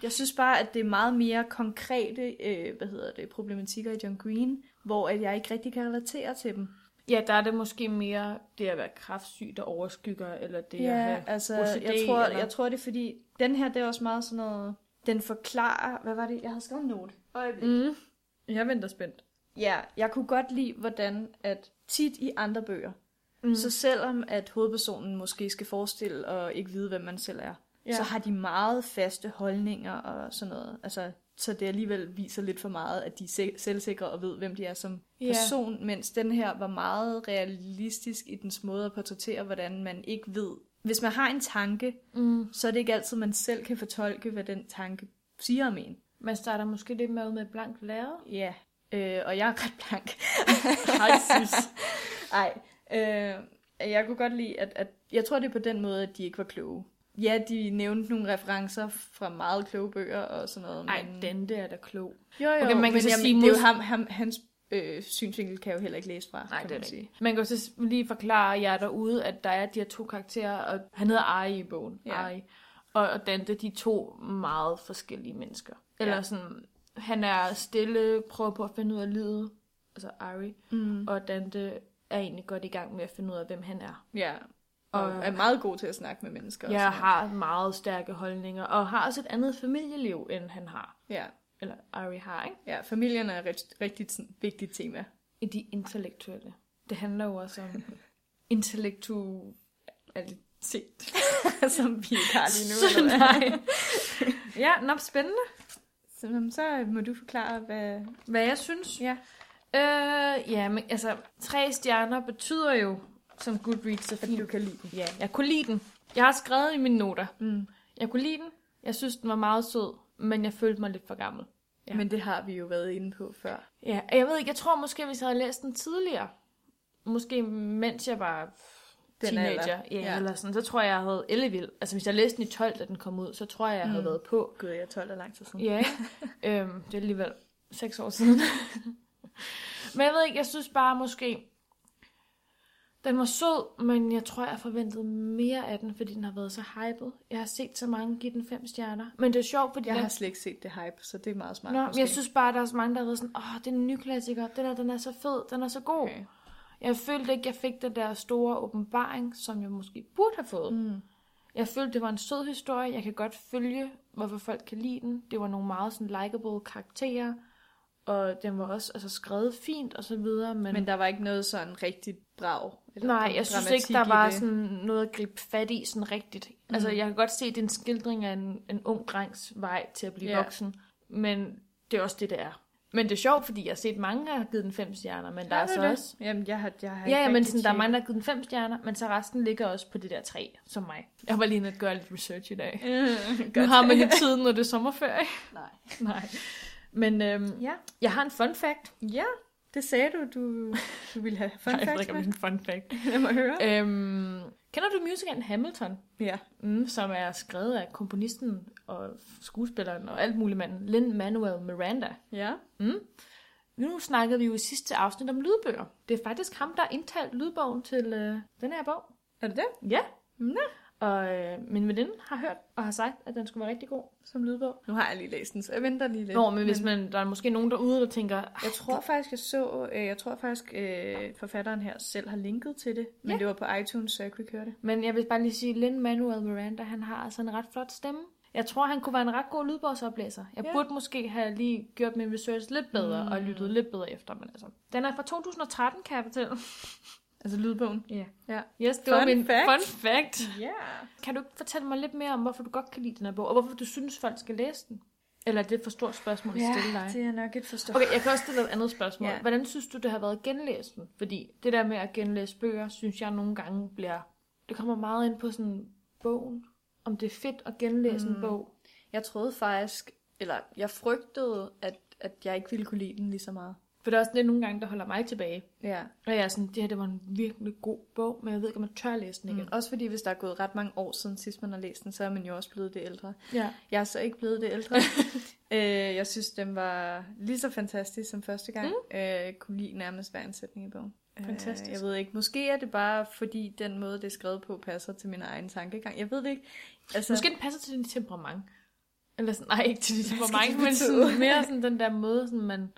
[SPEAKER 3] jeg synes bare, at det er meget mere konkrete øh, hvad hedder det, problematikker i John Green, hvor at jeg ikke rigtig kan relatere til dem.
[SPEAKER 2] Ja, der er det måske mere det at være kraftsyg, der overskygger, eller det at
[SPEAKER 3] Ja,
[SPEAKER 2] have
[SPEAKER 3] altså,
[SPEAKER 2] OCD,
[SPEAKER 3] jeg tror,
[SPEAKER 2] eller...
[SPEAKER 3] jeg tror det er fordi, den her, det er også meget sådan noget, den forklarer, hvad var det, jeg havde skrevet en note. Øjeblik.
[SPEAKER 2] Mm. Jeg venter spændt.
[SPEAKER 3] Ja, jeg kunne godt lide, hvordan at tit i andre bøger,
[SPEAKER 2] Mm.
[SPEAKER 3] mm. så selvom at hovedpersonen måske skal forestille og ikke vide, hvem man selv er,
[SPEAKER 2] Ja.
[SPEAKER 3] ja. så har de meget faste holdninger og sådan noget. Altså, så det alligevel viser lidt for meget, at de er se- selvsikre og ved, hvem de er som
[SPEAKER 2] Ja.
[SPEAKER 3] person, mens den her var meget realistisk i dens måde at portrættere, hvordan man ikke ved. Hvis man har en tanke,
[SPEAKER 2] Mm.
[SPEAKER 3] så er det ikke altid, man selv kan fortolke, hvad den tanke siger om en.
[SPEAKER 2] Man starter måske lidt med ud med et blankt lærred.
[SPEAKER 3] Ja, øh, og jeg er ret blank.
[SPEAKER 2] Præcis.
[SPEAKER 3] Nej, øh, jeg kunne godt lide, at, at jeg tror, det er på den måde, at de ikke var kloge. Ja, de nævnte nogle referencer fra meget kloge bøger og sådan noget.
[SPEAKER 2] Ej,
[SPEAKER 3] men...
[SPEAKER 2] Dante er da klog.
[SPEAKER 3] Jo, jo,
[SPEAKER 2] Okay, man kan
[SPEAKER 3] men
[SPEAKER 2] så
[SPEAKER 3] jamen,
[SPEAKER 2] sige
[SPEAKER 3] det er
[SPEAKER 2] mod-
[SPEAKER 3] jo ham, ham, hans øh, synsvinkel kan jeg jo heller ikke læse fra,
[SPEAKER 2] Nej,
[SPEAKER 3] kan
[SPEAKER 2] det er
[SPEAKER 3] man
[SPEAKER 2] rigtigt. Man kan jo så lige forklare jer derude, at der er de her to karakterer, og han hedder Ari i bogen. Ja.
[SPEAKER 3] Ja.
[SPEAKER 2] Ari. Og, og Dante, de er to meget forskellige mennesker. Eller
[SPEAKER 3] Ja.
[SPEAKER 2] sådan, han er stille, prøver på at finde ud af livet, altså Ari,
[SPEAKER 3] Mm.
[SPEAKER 2] og Dante er egentlig godt i gang med at finde ud af, hvem han er.
[SPEAKER 3] Ja, og
[SPEAKER 2] Og-
[SPEAKER 3] er meget god til at snakke med mennesker. og
[SPEAKER 2] Jeg
[SPEAKER 3] sådan noget.
[SPEAKER 2] har meget stærke holdninger, og har også et andet familieliv, end han har.
[SPEAKER 3] Ja,
[SPEAKER 2] Eller Ari har, ikke?
[SPEAKER 3] ja, familien er et rigt, rigtig sådan, vigtigt tema.
[SPEAKER 2] I de intellektuelle. Det handler jo også om intellektualitet.
[SPEAKER 3] Som vi ikke har lige nu.
[SPEAKER 2] Så
[SPEAKER 3] eller hvad?
[SPEAKER 2] nej. ja, nå, spændende.
[SPEAKER 3] Så, jamen, så må du forklare, hvad...
[SPEAKER 2] Hvad jeg synes?
[SPEAKER 3] Ja.
[SPEAKER 2] Øh, ja, men altså, tre stjerner betyder jo, som Goodreads så fint.
[SPEAKER 3] kan lide.
[SPEAKER 2] Ja, jeg kunne lide den. Jeg har skrevet i mine noter.
[SPEAKER 3] Mm.
[SPEAKER 2] Jeg kunne lide den. Jeg synes, den var meget sød, men jeg følte mig lidt for gammel. Ja.
[SPEAKER 3] Ja. Men det har vi jo været inde på før.
[SPEAKER 2] Ja, og jeg ved ikke, jeg tror måske, hvis jeg havde læst den tidligere, måske mens jeg var den
[SPEAKER 3] Den
[SPEAKER 2] teenager,
[SPEAKER 3] alder.
[SPEAKER 2] ja, ja.
[SPEAKER 3] Ja.
[SPEAKER 2] eller sådan, så tror jeg, jeg havde ellevild. Altså, hvis jeg læste den i 12, da den kom ud, så tror jeg, jeg havde
[SPEAKER 3] Mm.
[SPEAKER 2] været på.
[SPEAKER 3] Gud, jeg er 12 og lang tid siden.
[SPEAKER 2] Ja, ikke? øhm, det er alligevel seks år siden. men jeg ved ikke, jeg synes bare måske, den var sød, men jeg tror, jeg forventede mere af den, fordi den har været så hypet. Jeg har set så mange give den fem stjerner. Men det er sjovt, fordi
[SPEAKER 3] Jeg
[SPEAKER 2] den...
[SPEAKER 3] har slet ikke set det hype, så det er meget smart.
[SPEAKER 2] Nå, men
[SPEAKER 3] måske.
[SPEAKER 2] jeg synes bare, at der er så mange, der har været sådan, åh, det er en ny klassiker, den er, den er så fed, den er så god. Okay.
[SPEAKER 3] Okay.
[SPEAKER 2] Jeg følte ikke, jeg fik den der store åbenbaring, som jeg måske burde have fået.
[SPEAKER 3] Mm.
[SPEAKER 2] Jeg følte, det var en sød historie. Jeg kan godt følge, hvorfor folk kan lide den. Det var nogle meget sådan likable karakterer, og den var også altså, skrevet fint og så videre, men, men
[SPEAKER 3] Men der var ikke noget sådan rigtigt brag? Eller
[SPEAKER 2] nej, jeg synes
[SPEAKER 3] dramatik
[SPEAKER 2] ikke, der
[SPEAKER 3] i
[SPEAKER 2] var
[SPEAKER 3] det.
[SPEAKER 2] sådan noget at gribe fat i sådan rigtigt. Mm. Altså, jeg kan godt se, at det er en skildring af en, en ung drengs vej til at blive
[SPEAKER 3] Ja.
[SPEAKER 2] voksen, men det er også det, det er. Men det er sjovt, fordi jeg har set mange, der har givet den fem stjerner, men der
[SPEAKER 3] Har
[SPEAKER 2] er
[SPEAKER 3] du
[SPEAKER 2] så
[SPEAKER 3] det?
[SPEAKER 2] også...
[SPEAKER 3] Jamen, jeg har, jeg har
[SPEAKER 2] Ja, ja, men sådan, der er
[SPEAKER 3] mig...
[SPEAKER 2] mange, der har givet den fem stjerner, men så resten ligger også på det der tre, som mig. Jeg var lige nødt til at gøre lidt research i dag. Nu har man ikke tiden, når det er sommerferie.
[SPEAKER 3] Nej.
[SPEAKER 2] Nej. Men øhm,
[SPEAKER 3] Ja.
[SPEAKER 2] jeg har en fun fact.
[SPEAKER 3] Ja. Det sagde du, du, du ville have fun
[SPEAKER 2] Nej, jeg
[SPEAKER 3] facts
[SPEAKER 2] drikker
[SPEAKER 3] med.
[SPEAKER 2] min fun fact.
[SPEAKER 3] Lad mig høre.
[SPEAKER 2] Øhm, kender du musicalen Hamilton?
[SPEAKER 3] Ja.
[SPEAKER 2] Mm, som er skrevet af komponisten og skuespilleren og alt muligt manden, Lin-Manuel Miranda.
[SPEAKER 3] Ja.
[SPEAKER 2] Mm. Nu snakkede vi jo i sidste afsnit om lydbøger. Det er faktisk ham, der har indtalt lydbogen til øh, den her bog.
[SPEAKER 3] Er det det?
[SPEAKER 2] Ja. Nå. Og øh, min veninde har hørt og har sagt, at den skulle være rigtig god som lydbog.
[SPEAKER 3] Nu har jeg lige læst den, så jeg venter lige lidt.
[SPEAKER 2] Nå, men hvis man, der er måske nogen derude, der tænker, "Ah,
[SPEAKER 3] Jeg tror faktisk, jeg så, øh, jeg tror faktisk, øh, forfatteren her selv har linket til det, men
[SPEAKER 2] Ja.
[SPEAKER 3] ja. det var på iTunes, så jeg kunne ikke høre det.
[SPEAKER 2] Men jeg vil bare lige sige, Lin-Manuel Miranda, han har altså en ret flot stemme. Jeg tror, han kunne være en ret god lydbogsoplæser. Jeg
[SPEAKER 3] Ja.
[SPEAKER 2] burde måske have lige gjort min research lidt bedre mm. og lyttet lidt bedre efter, men altså... Den er fra 2013, kan jeg fortælle.
[SPEAKER 3] Altså lydbogen.
[SPEAKER 2] Ja.
[SPEAKER 3] Ja.
[SPEAKER 2] Yes, det
[SPEAKER 3] Fun
[SPEAKER 2] var min
[SPEAKER 3] fact.
[SPEAKER 2] fun fact.
[SPEAKER 3] Ja. Yeah.
[SPEAKER 2] Kan du ikke fortælle mig lidt mere om, hvorfor du godt kan lide den her bog, og hvorfor du synes, folk skal læse den? Eller er det et for stort spørgsmål at stille dig?
[SPEAKER 3] Ja, det er nok et forstået.
[SPEAKER 2] Okay, jeg kan også stille dig et andet spørgsmål.
[SPEAKER 3] Ja.
[SPEAKER 2] Hvordan synes du, det har været genlæsen? Fordi det der med at genlæse bøger, synes jeg nogle gange bliver... Det kommer meget ind på sådan bogen. Om det er fedt at genlæse mm. en bog.
[SPEAKER 3] Jeg troede faktisk, eller jeg frygtede, at, at jeg ikke ville kunne lide den lige så meget.
[SPEAKER 2] For det er også det nogle gange, der holder mig tilbage.
[SPEAKER 3] Ja.
[SPEAKER 2] Og jeg er sådan, det her det var en virkelig god bog, men jeg ved ikke, om jeg tør læse den igen.
[SPEAKER 3] Mm. Også fordi, hvis der er gået ret mange år siden sidst, man har læst den, så er man jo også blevet det ældre.
[SPEAKER 2] Ja.
[SPEAKER 3] Jeg er så ikke blevet det ældre. øh, jeg synes, den var lige så fantastisk som første gang. Mm. Øh, kunne lide nærmest hver en sætning i bogen. Øh,
[SPEAKER 2] Fantastisk.
[SPEAKER 3] Jeg ved ikke, måske er det bare fordi den måde, det er skrevet på, passer til min egen tankegang. Jeg ved det ikke. Altså,
[SPEAKER 2] Måske den passer til din temperament. Eller sådan, nej, ikke til dit temperament, men
[SPEAKER 3] betyde?
[SPEAKER 2] sådan, mere sådan den der måde, sådan, man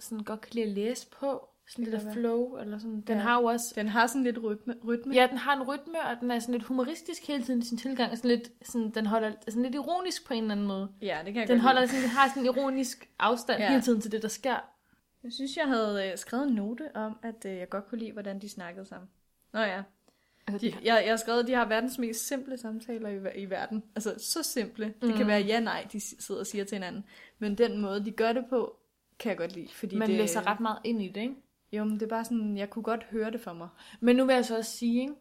[SPEAKER 2] sådan godt kan lide at læse på. Sådan
[SPEAKER 3] Det
[SPEAKER 2] lidt
[SPEAKER 3] kan
[SPEAKER 2] af
[SPEAKER 3] være.
[SPEAKER 2] flow, eller sådan. Den ja.
[SPEAKER 3] Ja.
[SPEAKER 2] har jo også
[SPEAKER 3] Den har sådan lidt rytme. rytme.
[SPEAKER 2] Ja, den har en rytme, og den er sådan lidt humoristisk hele tiden i sin tilgang. Sådan lidt, sådan, den holder sådan lidt ironisk på en eller anden måde.
[SPEAKER 3] ja det kan jeg
[SPEAKER 2] Den
[SPEAKER 3] godt
[SPEAKER 2] holder
[SPEAKER 3] lide.
[SPEAKER 2] sådan, den har sådan en ironisk afstand ja.
[SPEAKER 3] Ja.
[SPEAKER 2] hele tiden til det, der sker.
[SPEAKER 3] Jeg synes, jeg havde øh, skrevet en note om, at øh, jeg godt kunne lide, hvordan de snakkede sammen. Nå ja,
[SPEAKER 2] Altså,
[SPEAKER 3] de, jeg, jeg har skrevet, at de har verdens mest simple samtaler i, ver- i verden. Altså, så simple. Det
[SPEAKER 2] Mm.
[SPEAKER 3] kan være ja-nej, de si- sidder og siger til hinanden. Men den måde, de gør det på, kan jeg godt lide. Fordi
[SPEAKER 2] man
[SPEAKER 3] det,
[SPEAKER 2] læser ret meget ind i det, ikke?
[SPEAKER 3] Jo, men det er bare sådan, jeg kunne godt høre det for mig.
[SPEAKER 2] Men nu vil jeg så også sige, ikke?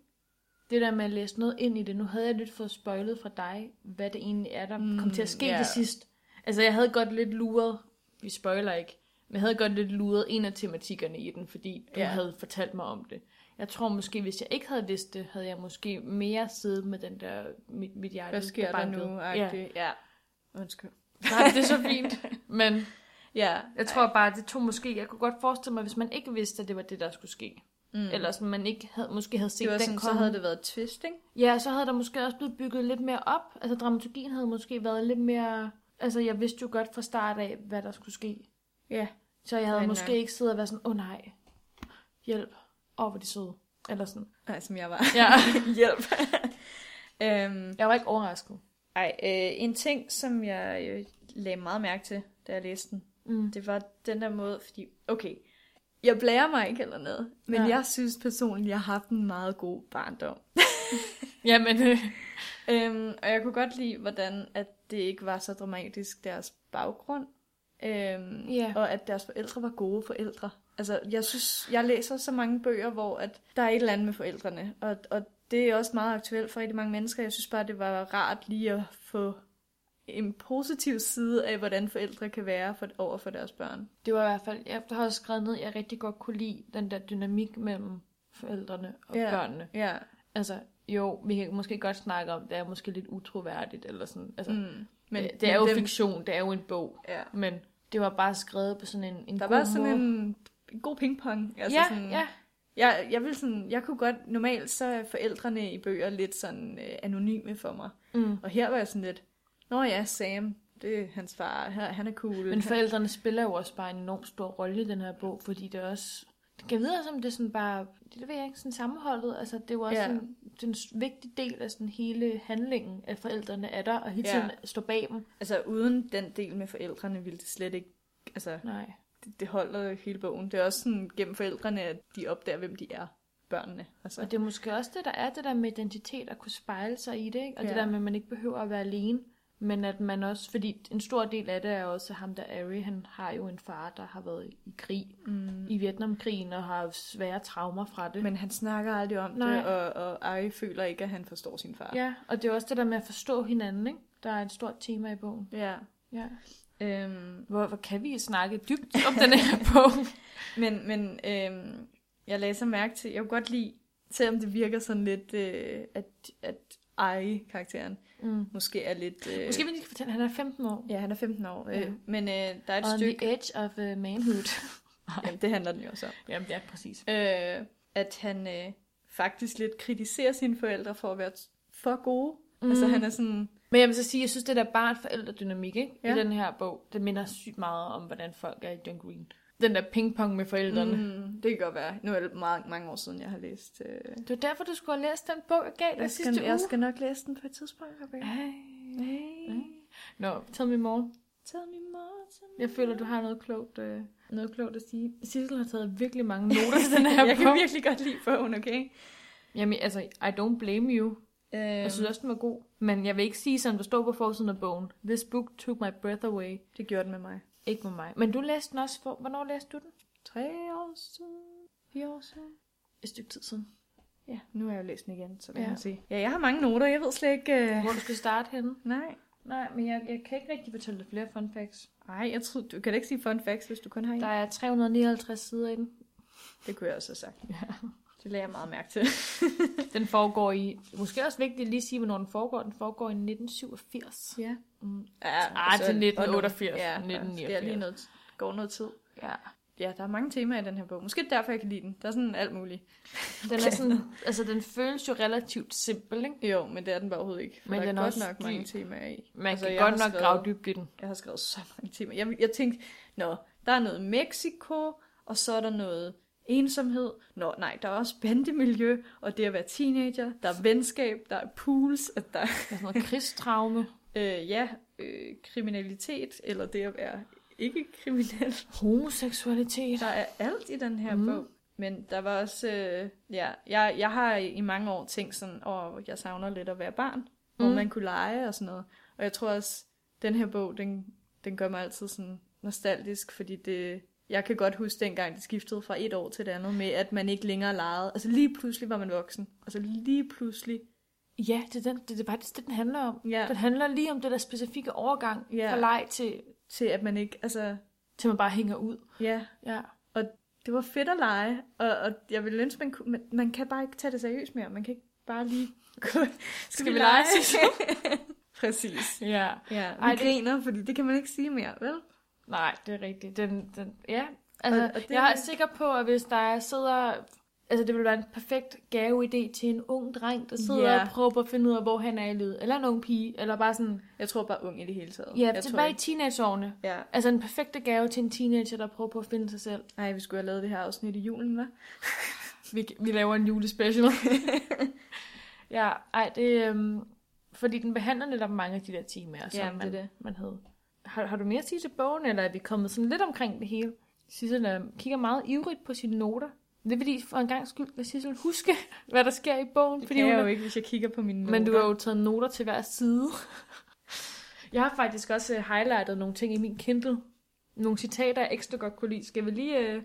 [SPEAKER 2] det der med at læse noget ind i det, nu havde jeg lidt fået spøjlet fra dig, hvad det egentlig er, der mm, kom til at ske yeah.
[SPEAKER 3] ja.
[SPEAKER 2] det sidste. Altså jeg havde godt lidt luret, vi spoiler ikke, men jeg havde godt lidt luret en af tematikkerne i den, fordi du
[SPEAKER 3] Ja.
[SPEAKER 2] yeah. havde fortalt mig om det. Jeg tror måske, hvis jeg ikke havde vidst det, havde jeg måske mere siddet med den der, mit, mit hjerte,
[SPEAKER 3] Hvad sker der
[SPEAKER 2] bankede.
[SPEAKER 3] nu?
[SPEAKER 2] Ja,
[SPEAKER 3] Ja. ja. Undskyld.
[SPEAKER 2] Nej, det er så fint. Men
[SPEAKER 3] Ja,
[SPEAKER 2] jeg tror bare, det tog måske, jeg kunne godt forestille mig, hvis man ikke vidste, at det var det, der skulle ske. Mm. Eller sådan, man ikke havde, måske havde set
[SPEAKER 3] det var
[SPEAKER 2] den
[SPEAKER 3] sådan, så
[SPEAKER 2] komme.
[SPEAKER 3] havde det været twist, ikke?
[SPEAKER 2] Ja, så havde der måske også blevet bygget lidt mere op. Altså dramaturgien havde måske været lidt mere... Altså jeg vidste jo godt fra start af, hvad der skulle ske.
[SPEAKER 3] Ja.
[SPEAKER 2] Så jeg havde
[SPEAKER 3] Men,
[SPEAKER 2] måske
[SPEAKER 3] øh,
[SPEAKER 2] ikke siddet og været sådan, åh oh, nej, hjælp, åh oh, hvor er de søde. Eller sådan.
[SPEAKER 3] Nej, som jeg var.
[SPEAKER 2] Ja.
[SPEAKER 3] Hjælp. øhm,
[SPEAKER 2] Jeg var ikke overrasket.
[SPEAKER 3] Ej, øh, en ting, som jeg øh, lagde meget mærke til, da jeg læste den,
[SPEAKER 2] Mm.
[SPEAKER 3] det var den der måde, fordi, okay, jeg blærer mig ikke eller noget, men
[SPEAKER 2] Nej.
[SPEAKER 3] jeg synes personligt, jeg har haft en meget god barndom.
[SPEAKER 2] Jamen, øh,
[SPEAKER 3] Øhm, og jeg kunne godt lide, hvordan at det ikke var så dramatisk, deres baggrund, øhm,
[SPEAKER 2] Ja.
[SPEAKER 3] og at deres forældre var gode forældre. Altså, jeg synes, jeg læser så mange bøger, hvor at der er et eller andet med forældrene, og, og det er også meget aktuelt for rigtig mange mennesker. Jeg synes bare, det var rart lige at få en positiv side af, hvordan forældre kan være for, over for deres børn.
[SPEAKER 2] det var i hvert fald, jeg har også skrevet ned, at jeg rigtig godt kunne lide den der dynamik mellem forældrene og
[SPEAKER 3] Ja.
[SPEAKER 2] børnene.
[SPEAKER 3] Ja.
[SPEAKER 2] Altså, jo, vi kan måske godt snakke om, det er måske lidt utroværdigt, eller sådan. Altså, mm.
[SPEAKER 3] Mm.
[SPEAKER 2] men, det, det er jo
[SPEAKER 3] dem-
[SPEAKER 2] fiktion, det er jo en bog.
[SPEAKER 3] Ja.
[SPEAKER 2] Men det var bare skrevet på sådan en, en
[SPEAKER 3] Der
[SPEAKER 2] god
[SPEAKER 3] var sådan
[SPEAKER 2] måde.
[SPEAKER 3] en, en god pingpong.
[SPEAKER 2] Altså
[SPEAKER 3] Altså
[SPEAKER 2] ja,
[SPEAKER 3] sådan,
[SPEAKER 2] sådan... ja.
[SPEAKER 3] Jeg, jeg vil sådan, jeg kunne godt, normalt så er forældrene i bøger lidt sådan øh, anonyme for mig.
[SPEAKER 2] Mm.
[SPEAKER 3] Og her var jeg sådan lidt, nå ja, Sam, det er hans far, han, han er cool.
[SPEAKER 2] Men forældrene spiller jo også bare en enorm stor rolle i den her bog, fordi det er også... Det kan videre, om det er sådan bare... Det ved jeg ikke, sådan sammenholdet. Altså, det er jo også ja.
[SPEAKER 3] Ja.
[SPEAKER 2] en, det er en s- vigtig del af sådan hele handlingen, at forældrene er der, og hele
[SPEAKER 3] Ja.
[SPEAKER 2] tiden ja. står bag dem.
[SPEAKER 3] altså uden den del med forældrene ville det slet ikke, altså
[SPEAKER 2] Nej.
[SPEAKER 3] det, det holder hele bogen. Det er også sådan gennem forældrene, at de opdager, hvem de er, børnene. Altså.
[SPEAKER 2] Og det er måske også det, der er det der med identitet, at kunne spejle sig i det, ikke? Og ja. det
[SPEAKER 3] Ja.
[SPEAKER 2] der med, at man ikke behøver at være alene, men at man også... Fordi en stor del af det er også ham der Ari, han har jo en far, der har været i krig, mm. i Vietnamkrigen, og har svære traumer fra det.
[SPEAKER 3] Men han snakker aldrig om
[SPEAKER 2] Nej.
[SPEAKER 3] det, og, og Ari føler ikke, at han forstår sin far.
[SPEAKER 2] Ja, og det er også det der med at forstå hinanden, ikke? Der er et stort tema i bogen.
[SPEAKER 3] ja.
[SPEAKER 2] Ja.
[SPEAKER 3] Øhm,
[SPEAKER 2] Hvor, hvor kan vi snakke dybt om den her bog?
[SPEAKER 3] men men øhm, jeg lagde så mærke til, jeg kunne godt lide, selvom det virker sådan lidt, øh, at, at eje karakteren
[SPEAKER 2] Mm.
[SPEAKER 3] måske er lidt... Øh,
[SPEAKER 2] Måske vi lige kan fortælle, at han er 15 år.
[SPEAKER 3] Ja, han er 15 år, øh,
[SPEAKER 2] Ja.
[SPEAKER 3] men øh, der er et
[SPEAKER 2] On
[SPEAKER 3] stykke...
[SPEAKER 2] the edge of uh, manhood.
[SPEAKER 3] Jamen, det handler den jo også om.
[SPEAKER 2] Jamen, det er præcis.
[SPEAKER 3] øh, at han øh, faktisk lidt kritiserer sine forældre for at være t- for gode. Mm. Altså han er sådan,
[SPEAKER 2] Men jeg vil så sige, jeg synes, det der bare et forældredynamik ikke? Ja.
[SPEAKER 3] Ja.
[SPEAKER 2] i den her bog, det minder sygt meget om, hvordan folk er i John Green. Den der pingpong med forældrene. Mm.
[SPEAKER 3] mm, det kan godt være. Nu er det meget, mange år siden, jeg har læst. Øh,
[SPEAKER 2] Det var derfor, du skulle have læst den bog, jeg gav dig
[SPEAKER 3] jeg,
[SPEAKER 2] sidste
[SPEAKER 3] skal,
[SPEAKER 2] uge.
[SPEAKER 3] jeg skal nok læse den på et tidspunkt, Rebecca.
[SPEAKER 2] Ej.
[SPEAKER 3] Hey.
[SPEAKER 2] Nå, tell me more.
[SPEAKER 3] Tell me more, tell me
[SPEAKER 2] Jeg føler, du har noget klogt, øh, noget klogt at sige. Sissel har taget virkelig mange noter til den her
[SPEAKER 3] Jeg
[SPEAKER 2] bog.
[SPEAKER 3] kan virkelig godt lide bogen, okay?
[SPEAKER 2] Jamen, altså, I don't blame you.
[SPEAKER 3] Øh,
[SPEAKER 2] Jeg synes også, den var god. Men jeg vil ikke sige, som der står på forsiden af bogen. This book took my breath away.
[SPEAKER 3] det gjorde den med mig.
[SPEAKER 2] Ikke med mig. Men du læste den også for... Hvornår læste du den?
[SPEAKER 3] Tre år siden, fire år siden.
[SPEAKER 2] Et stykke tid siden.
[SPEAKER 3] Ja, nu har jeg jo læst den igen, så det
[SPEAKER 2] Ja.
[SPEAKER 3] ja. kan man se. Ja, jeg har mange noter, jeg ved slet ikke... Øh,
[SPEAKER 2] Hvor du skal starte henne?
[SPEAKER 3] nej.
[SPEAKER 2] Nej, men jeg, jeg kan ikke rigtig fortælle dig flere fun facts.
[SPEAKER 3] Nej, jeg tror, du kan da ikke sige fun facts, hvis du kun har en.
[SPEAKER 2] Der er 359 sider i den.
[SPEAKER 3] Det kunne jeg også have sagt. Ja. Det lagde jeg meget mærke til.
[SPEAKER 2] Den foregår i... Måske også vigtigt at lige sige, hvornår den foregår. Den foregår i 1987.
[SPEAKER 3] Ja.
[SPEAKER 2] Mm.
[SPEAKER 3] Ja,
[SPEAKER 2] Ah,
[SPEAKER 3] og så-
[SPEAKER 2] til 1988,
[SPEAKER 3] og nu- Ja,
[SPEAKER 2] 1989.
[SPEAKER 3] 1989. Ja, lige noget, går noget tid.
[SPEAKER 2] Ja.
[SPEAKER 3] Ja, der er mange temaer i den her bog. Måske det er derfor, jeg kan lide den. Der er sådan alt muligt.
[SPEAKER 2] Den er sådan... altså, den føles jo relativt simpel, ikke?
[SPEAKER 3] Jo, men det er den bare overhovedet ikke. For
[SPEAKER 2] Men
[SPEAKER 3] men der
[SPEAKER 2] den
[SPEAKER 3] den
[SPEAKER 2] er
[SPEAKER 3] er godt
[SPEAKER 2] også
[SPEAKER 3] nok mange
[SPEAKER 2] dyb.
[SPEAKER 3] temaer i.
[SPEAKER 2] Man altså, kan
[SPEAKER 3] jeg
[SPEAKER 2] godt
[SPEAKER 3] har
[SPEAKER 2] nok
[SPEAKER 3] skrevet-
[SPEAKER 2] grave dybt i den.
[SPEAKER 3] Jeg har skrevet så mange temaer. Jeg, jeg tænkte, nå, der er noget Mexico, og så er der noget ensomhed. Nå, nej, der er også bandemiljø, og det at være teenager. Der er venskab, der er pools, og
[SPEAKER 2] Der
[SPEAKER 3] der
[SPEAKER 2] er sådan noget krigstraume.
[SPEAKER 3] øh, ja, øh, kriminalitet, eller det at være ikke kriminel.
[SPEAKER 2] Homoseksualitet.
[SPEAKER 3] Der er alt i den her
[SPEAKER 2] Mm.
[SPEAKER 3] mm. bog. Men der var også, øh, ja, jeg, jeg har i mange år tænkt sådan, åh, jeg savner lidt at være barn, mm. hvor
[SPEAKER 2] Mm.
[SPEAKER 3] man kunne lege og sådan noget. Og jeg tror også, den her bog, den, den gør mig altid sådan nostalgisk, fordi det, jeg kan godt huske dengang, det skiftede fra et år til det andet med, at man ikke længere legede. Altså lige pludselig var man voksen. Altså lige pludselig.
[SPEAKER 2] Ja, det er, den, det, det er faktisk det, den handler om.
[SPEAKER 3] Ja,
[SPEAKER 2] Den handler lige om det der specifikke overgang
[SPEAKER 3] Ja.
[SPEAKER 2] fra leg til,
[SPEAKER 3] til at man ikke, altså,
[SPEAKER 2] til man bare hænger ud.
[SPEAKER 3] ja,
[SPEAKER 2] Ja.
[SPEAKER 3] det var fedt at lege, og, og jeg ville ønske, man kunne, men man kan bare ikke tage det seriøst mere. Man kan ikke bare lige gå, skal,
[SPEAKER 2] vi lege?
[SPEAKER 3] Præcis.
[SPEAKER 2] Ja.
[SPEAKER 3] Ja, vi
[SPEAKER 2] Ej,
[SPEAKER 3] Ej,
[SPEAKER 2] det-
[SPEAKER 3] det... griner, fordi det kan man ikke sige mere, vel?
[SPEAKER 2] Nej, det er rigtigt. Den, den, ja. Altså, og,
[SPEAKER 3] Og- og
[SPEAKER 2] og
[SPEAKER 3] det-
[SPEAKER 2] jeg er sikker på, at hvis der sidder... Altså, det ville være en perfekt gaveidé til en ung dreng, der sidder
[SPEAKER 3] Ja.
[SPEAKER 2] og prøver på at finde ud af, hvor han er i livet. Eller en ung pige, eller bare sådan...
[SPEAKER 3] Jeg tror bare ung i det hele taget.
[SPEAKER 2] Ja,
[SPEAKER 3] jeg tror
[SPEAKER 2] tilbage i
[SPEAKER 3] ikke-
[SPEAKER 2] teenageårene.
[SPEAKER 3] Ja.
[SPEAKER 2] Altså, en perfekte gave til en teenager, der prøver på at finde sig selv.
[SPEAKER 3] Ej, vi skulle have lavet det her afsnit i julen, hva'?
[SPEAKER 2] Vi, vi laver en julespecial. ja, ej, det... Øhm, fordi den behandler lidt om mange af de der temaer, som
[SPEAKER 3] Jamen, det
[SPEAKER 2] man,
[SPEAKER 3] er det.
[SPEAKER 2] man havde. Har, har du mere at sige til bogen, eller er vi kommet sådan lidt omkring det hele? Sissel øh, kigger meget ivrigt på sine noter. Det er fordi, for en gang skyld, kan Sissel huske, hvad der sker i bogen.
[SPEAKER 3] Det
[SPEAKER 2] fordi
[SPEAKER 3] kan
[SPEAKER 2] hun
[SPEAKER 3] jeg
[SPEAKER 2] er-
[SPEAKER 3] jo ikke, hvis jeg kigger på mine
[SPEAKER 2] Men
[SPEAKER 3] noter.
[SPEAKER 2] du har jo taget noter til hver side. jeg har faktisk også øh, highlightet nogle ting i min Kindle. Nogle citater, jeg ekstra godt kunne lide. Skal vi lige, øh,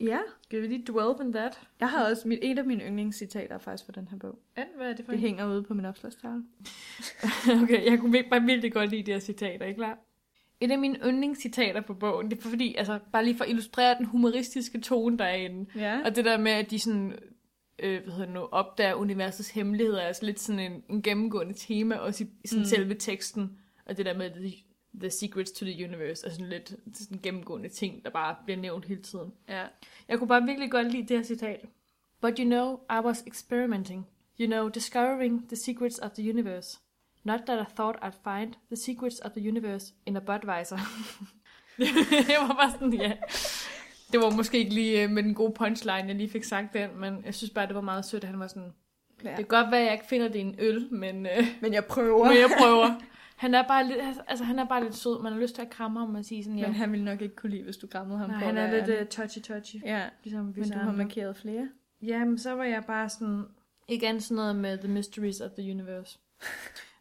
[SPEAKER 3] Ja,
[SPEAKER 2] skal vi lige dwell on that?
[SPEAKER 3] jeg har også... Mit, et af mine yndlingscitater er faktisk fra den her bog.
[SPEAKER 2] Ja, hvad er det for
[SPEAKER 3] Det
[SPEAKER 2] en?
[SPEAKER 3] hænger ude på min opslagstavle.
[SPEAKER 2] Okay, jeg kunne virkelig- bare virkelig godt lide de her citater, ikke klar? Et af mine yndlingscitater på bogen, det er fordi, altså, bare lige for at illustrere den humoristiske tone, der er inde.
[SPEAKER 3] Ja.
[SPEAKER 2] Og det der med, at de sådan, øh, hvad hedder det nu, opdager universets hemmeligheder, er altså lidt sådan en, en gennemgående tema, også i, i sådan mm.
[SPEAKER 3] Mm.
[SPEAKER 2] selve teksten. Og det der med, the, the secrets to the universe, er sådan lidt sådan en gennemgående ting, der bare bliver nævnt hele tiden.
[SPEAKER 3] ja.
[SPEAKER 2] Jeg kunne bare virkelig godt lide det her citat. But you know, I was experimenting. You know, discovering the secrets of the universe. Not that I thought I'd find the secrets of the universe in a Budweiser. jeg var bare sådan, ja. Det var måske ikke lige øh, med den gode punchline, jeg lige fik sagt den, men jeg synes bare, det var meget sødt, at han var sådan, ja.
[SPEAKER 3] ja.
[SPEAKER 2] det kan godt være, at jeg ikke finder det i en øl, men, øh,
[SPEAKER 3] Men jeg prøver.
[SPEAKER 2] men jeg prøver. Han er, bare lidt, altså, han er bare lidt sød. Man har lyst til at kramme ham og sige sådan, ja.
[SPEAKER 3] Men han ville nok ikke kunne lide, hvis du krammede ham
[SPEAKER 2] Nej,
[SPEAKER 3] på
[SPEAKER 2] han
[SPEAKER 3] at
[SPEAKER 2] er
[SPEAKER 3] være
[SPEAKER 2] lidt
[SPEAKER 3] ærlig.
[SPEAKER 2] øh, touchy-touchy.
[SPEAKER 3] Ja,
[SPEAKER 2] Ligesom vi
[SPEAKER 3] men du har
[SPEAKER 2] andre.
[SPEAKER 3] markeret flere.
[SPEAKER 2] Jamen, så var jeg bare sådan... Igen sådan noget med The Mysteries of the Universe.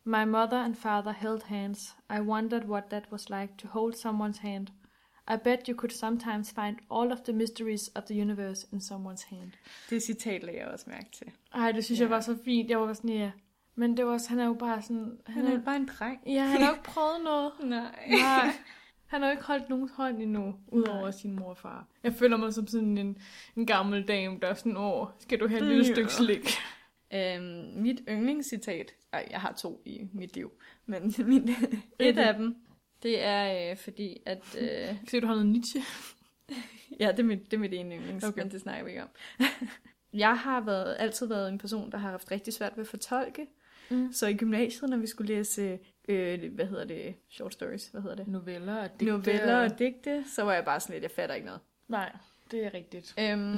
[SPEAKER 2] My mother and father held hands. I wondered what that was like to hold someone's hand. I bet you could sometimes find all of the mysteries of the universe in someone's hand.
[SPEAKER 3] Det citat lagde jeg også mærke til.
[SPEAKER 2] Ej, det synes
[SPEAKER 3] Ja.
[SPEAKER 2] jeg var så fint. Jeg var sådan, ja. Men det var også, han er jo bare sådan...
[SPEAKER 3] Han er jo bare en dreng.
[SPEAKER 2] Ja, han har jo ikke prøvet noget.
[SPEAKER 3] Nej.
[SPEAKER 2] Nej. Han har jo ikke holdt nogen hånd endnu, udover Nej. sin mor og far. Jeg føler mig som sådan en, en gammel dame, der er sådan, åh, skal du have et lille
[SPEAKER 3] Ja.
[SPEAKER 2] stykke slik?
[SPEAKER 3] Øhm, mit yndlingscitat, ej, jeg har to i mit liv, men min, et af dem, det er øh, fordi, at, øh,
[SPEAKER 2] Se, du har noget Nietzsche.
[SPEAKER 3] ja, det er mit, det er mit ene yndlings,
[SPEAKER 2] Okay.
[SPEAKER 3] okay. men det snakker vi ikke om. jeg har været, altid været en person, der har haft rigtig svært ved at fortolke,
[SPEAKER 2] Mm.
[SPEAKER 3] så i gymnasiet, når vi skulle læse, øh, hvad hedder det, short stories, hvad hedder det,
[SPEAKER 2] Noveller og digte.
[SPEAKER 3] noveller og digte, så var jeg bare sådan lidt, jeg fatter ikke noget.
[SPEAKER 2] Nej, det er rigtigt.
[SPEAKER 3] Øhm,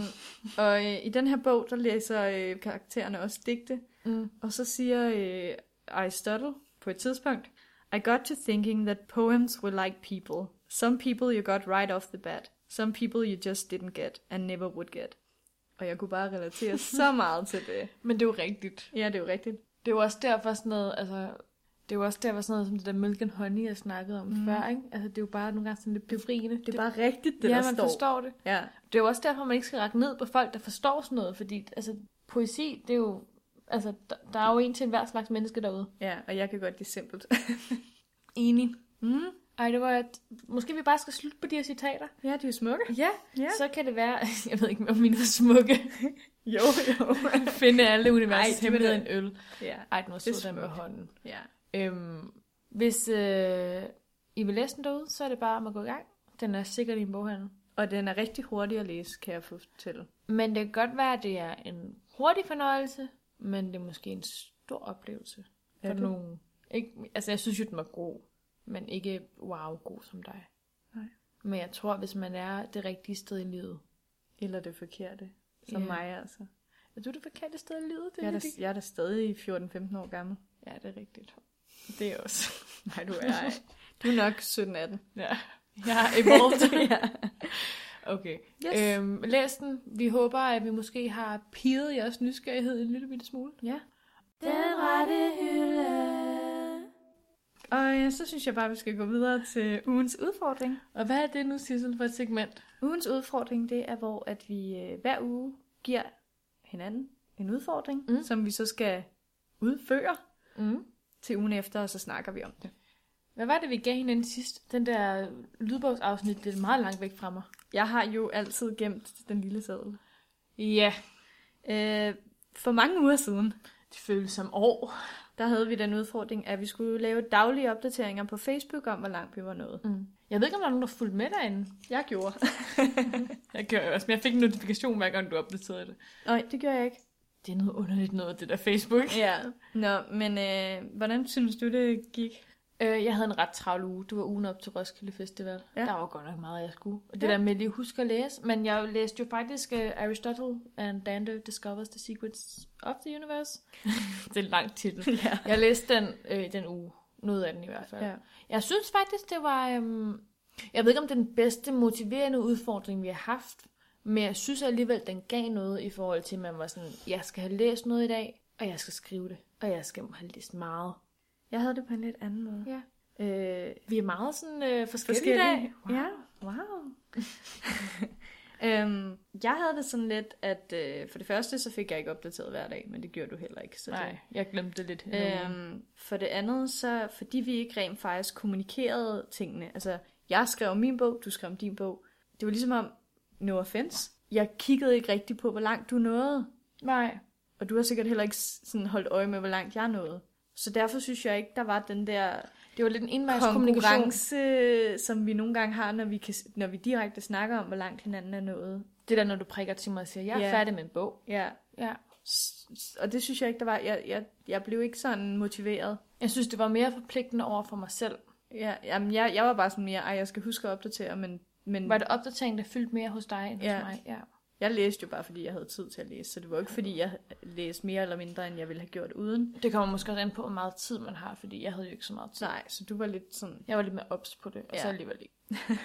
[SPEAKER 3] og øh, i den her bog, der læser øh, karaktererne også digte,
[SPEAKER 2] Mm.
[SPEAKER 3] Og så siger øh, Aristotle på et tidspunkt, I got to thinking that poems were like people. Some people you got right off the bat. Some people you just didn't get and never would get. Og jeg kunne bare relatere så meget til det.
[SPEAKER 2] Men det er jo rigtigt.
[SPEAKER 3] Ja, det er jo rigtigt.
[SPEAKER 2] Det er jo også derfor sådan noget, altså... Det er jo også derfor sådan noget som det der milk and honey, jeg snakkede om mm. før, ikke? Altså, det er jo bare nogle gange sådan lidt befriende.
[SPEAKER 3] Det er bare rigtigt, det
[SPEAKER 2] ja,
[SPEAKER 3] der
[SPEAKER 2] man
[SPEAKER 3] står.
[SPEAKER 2] forstår det.
[SPEAKER 3] Ja,
[SPEAKER 2] Det er jo også derfor, man ikke skal række ned på folk, der forstår sådan noget, fordi altså, poesi, det er jo... Altså, der, der er jo en til enhver slags menneske derude.
[SPEAKER 3] ja, og jeg kan godt lide simpelt.
[SPEAKER 2] Enig.
[SPEAKER 3] Mm.
[SPEAKER 2] Ej, det var... Et, måske vi bare skal slutte på de her citater.
[SPEAKER 3] Ja, de er jo smukke.
[SPEAKER 2] Ja,
[SPEAKER 3] Ja.
[SPEAKER 2] så kan det være... Jeg ved ikke, om mine er smukke.
[SPEAKER 3] Jo, jo.
[SPEAKER 2] Finde alle
[SPEAKER 3] Ej,
[SPEAKER 2] universets
[SPEAKER 3] det var
[SPEAKER 2] hemmeligheder i
[SPEAKER 3] da-
[SPEAKER 2] en øl.
[SPEAKER 3] ja.
[SPEAKER 2] Ej, den var
[SPEAKER 3] Det er
[SPEAKER 2] sød, den med
[SPEAKER 3] smukt.
[SPEAKER 2] hånden.
[SPEAKER 3] ja.
[SPEAKER 2] Øhm, hvis øh, I vil læse den derude, så er det bare om at gå i gang. Den er sikkert i en boghandel.
[SPEAKER 3] Og den er rigtig hurtig at læse, kan jeg fortælle.
[SPEAKER 2] Men det kan godt være, at det er en hurtig fornøjelse, men det er måske en stor oplevelse for
[SPEAKER 3] Er det?
[SPEAKER 2] nogen. Ikke, altså, jeg synes jo, den var god, men ikke wow god som dig.
[SPEAKER 3] Nej.
[SPEAKER 2] Men jeg tror, hvis man er det rigtige sted i livet.
[SPEAKER 3] Eller det forkerte. Som
[SPEAKER 2] Ja.
[SPEAKER 3] mig, altså.
[SPEAKER 2] Er du det forkerte sted i livet? Det
[SPEAKER 3] Jeg er, da,
[SPEAKER 2] det,
[SPEAKER 3] jeg er da stadig 14-15 år gammel.
[SPEAKER 2] ja, det er rigtigt. Det er jeg også.
[SPEAKER 3] Nej, du er ej. Du er nok 17-18.
[SPEAKER 2] Ja, jeg har evolved.
[SPEAKER 3] ja.
[SPEAKER 2] Okay.
[SPEAKER 3] Yes.
[SPEAKER 2] Øhm, læs den. Vi håber, at vi måske har piget jeres nysgerrighed en lille bitte smule.
[SPEAKER 3] ja.
[SPEAKER 1] Den rette hylde.
[SPEAKER 3] Og øh, så synes jeg bare, vi skal gå videre til ugens udfordring.
[SPEAKER 2] Og hvad er det nu, Sissel, for et segment?
[SPEAKER 3] Ugens udfordring, det er, hvor at vi øh, hver uge giver hinanden en udfordring,
[SPEAKER 2] Mm.
[SPEAKER 3] mm. som vi så skal udføre
[SPEAKER 2] Mm.
[SPEAKER 3] til ugen efter, og så snakker vi om det.
[SPEAKER 2] Hvad var det, vi gav hinanden sidst? Den der lydbogsafsnit, det er meget langt væk fra mig.
[SPEAKER 3] Jeg har jo altid gemt den lille sædel.
[SPEAKER 2] Ja,
[SPEAKER 3] Øh, for mange uger siden,
[SPEAKER 2] det føles som år.
[SPEAKER 3] der havde vi den udfordring, at vi skulle lave daglige opdateringer på Facebook om, hvor langt vi var nået.
[SPEAKER 2] Mm. Jeg ved ikke, om der er nogen, der har fulgt med derinde.
[SPEAKER 3] Jeg gjorde.
[SPEAKER 2] Jeg gør jeg også, men jeg fik en notifikation, hver gang du opdaterede det.
[SPEAKER 3] Nej, det gjorde jeg ikke.
[SPEAKER 2] Det er noget underligt noget, det der Facebook.
[SPEAKER 3] Ja. Nå, men øh, hvordan synes du, det gik?
[SPEAKER 2] Øh, jeg havde en ret travl uge. Det var ugen op til Roskilde Festival. Ja.
[SPEAKER 3] Ja.
[SPEAKER 2] Der var godt nok meget, jeg skulle. Og det ja.
[SPEAKER 3] Ja.
[SPEAKER 2] der med lige at huske at læse. Men jeg læste jo faktisk uh, Aristotle and Dante Discovers the Secrets of the Universe. det er en lang titel.
[SPEAKER 3] ja.
[SPEAKER 2] Jeg læste den øh, den uge. Noget af den i hvert fald. Ja.
[SPEAKER 3] ja.
[SPEAKER 2] Jeg synes faktisk, det var... Øhm, jeg ved ikke, om det er den bedste motiverende udfordring, vi har haft. Men jeg synes alligevel, den gav noget i forhold til, at man var sådan, jeg skal have læst noget i dag, og jeg skal skrive det. Og jeg skal have læst meget.
[SPEAKER 3] Jeg havde det på en lidt anden måde.
[SPEAKER 2] Ja.
[SPEAKER 3] Øh,
[SPEAKER 2] Vi er meget sådan øh, forskellige, forskellige i dag.
[SPEAKER 3] forskellige. Wow. Ja, wow. øhm, jeg havde det sådan lidt, at øh, for det første, så fik jeg ikke opdateret hver dag, men det gjorde du heller ikke. Så
[SPEAKER 2] Nej, jeg glemte det lidt.
[SPEAKER 3] Det, øhm, for det andet, så fordi vi ikke rent faktisk kommunikerede tingene, altså jeg skrev min bog, du skrev din bog, det var ligesom om, no offense, jeg kiggede ikke rigtig på, hvor langt du nåede.
[SPEAKER 2] Nej.
[SPEAKER 3] Og du har sikkert heller ikke s- sådan holdt øje med, hvor langt jeg nåede. Så derfor synes jeg ikke, der var den der
[SPEAKER 2] Det var lidt en envejskommunikation.
[SPEAKER 3] konkurrence, som vi nogle gange har, når vi, kan, s- når vi direkte snakker om, hvor langt hinanden er nået.
[SPEAKER 2] Det der, når du prikker til mig og siger, jeg er
[SPEAKER 3] Ja.
[SPEAKER 2] færdig med en bog.
[SPEAKER 3] Ja.
[SPEAKER 2] Ja.
[SPEAKER 3] S- s- Og det synes jeg ikke, der var. Jeg, jeg, jeg blev ikke sådan motiveret.
[SPEAKER 2] Jeg synes, det var mere forpligtende over for mig selv.
[SPEAKER 3] Ja, jamen jeg, jeg var bare sådan mere, ej, jeg skal huske at opdatere, men, men
[SPEAKER 2] Var det opdatering, der fyldte mere hos dig end hos
[SPEAKER 3] Ja.
[SPEAKER 2] mig? Ja.
[SPEAKER 3] jeg læste jo bare, fordi jeg havde tid til at læse. Så det var jo ikke, fordi jeg læste mere eller mindre, end jeg ville have gjort uden.
[SPEAKER 2] Det kommer måske også ind på, hvor meget tid man har, fordi jeg havde jo ikke så meget tid.
[SPEAKER 3] Nej, så du var lidt sådan...
[SPEAKER 2] Jeg var lidt mere ops på det, og ja.
[SPEAKER 3] Ja.
[SPEAKER 2] så alligevel ikke.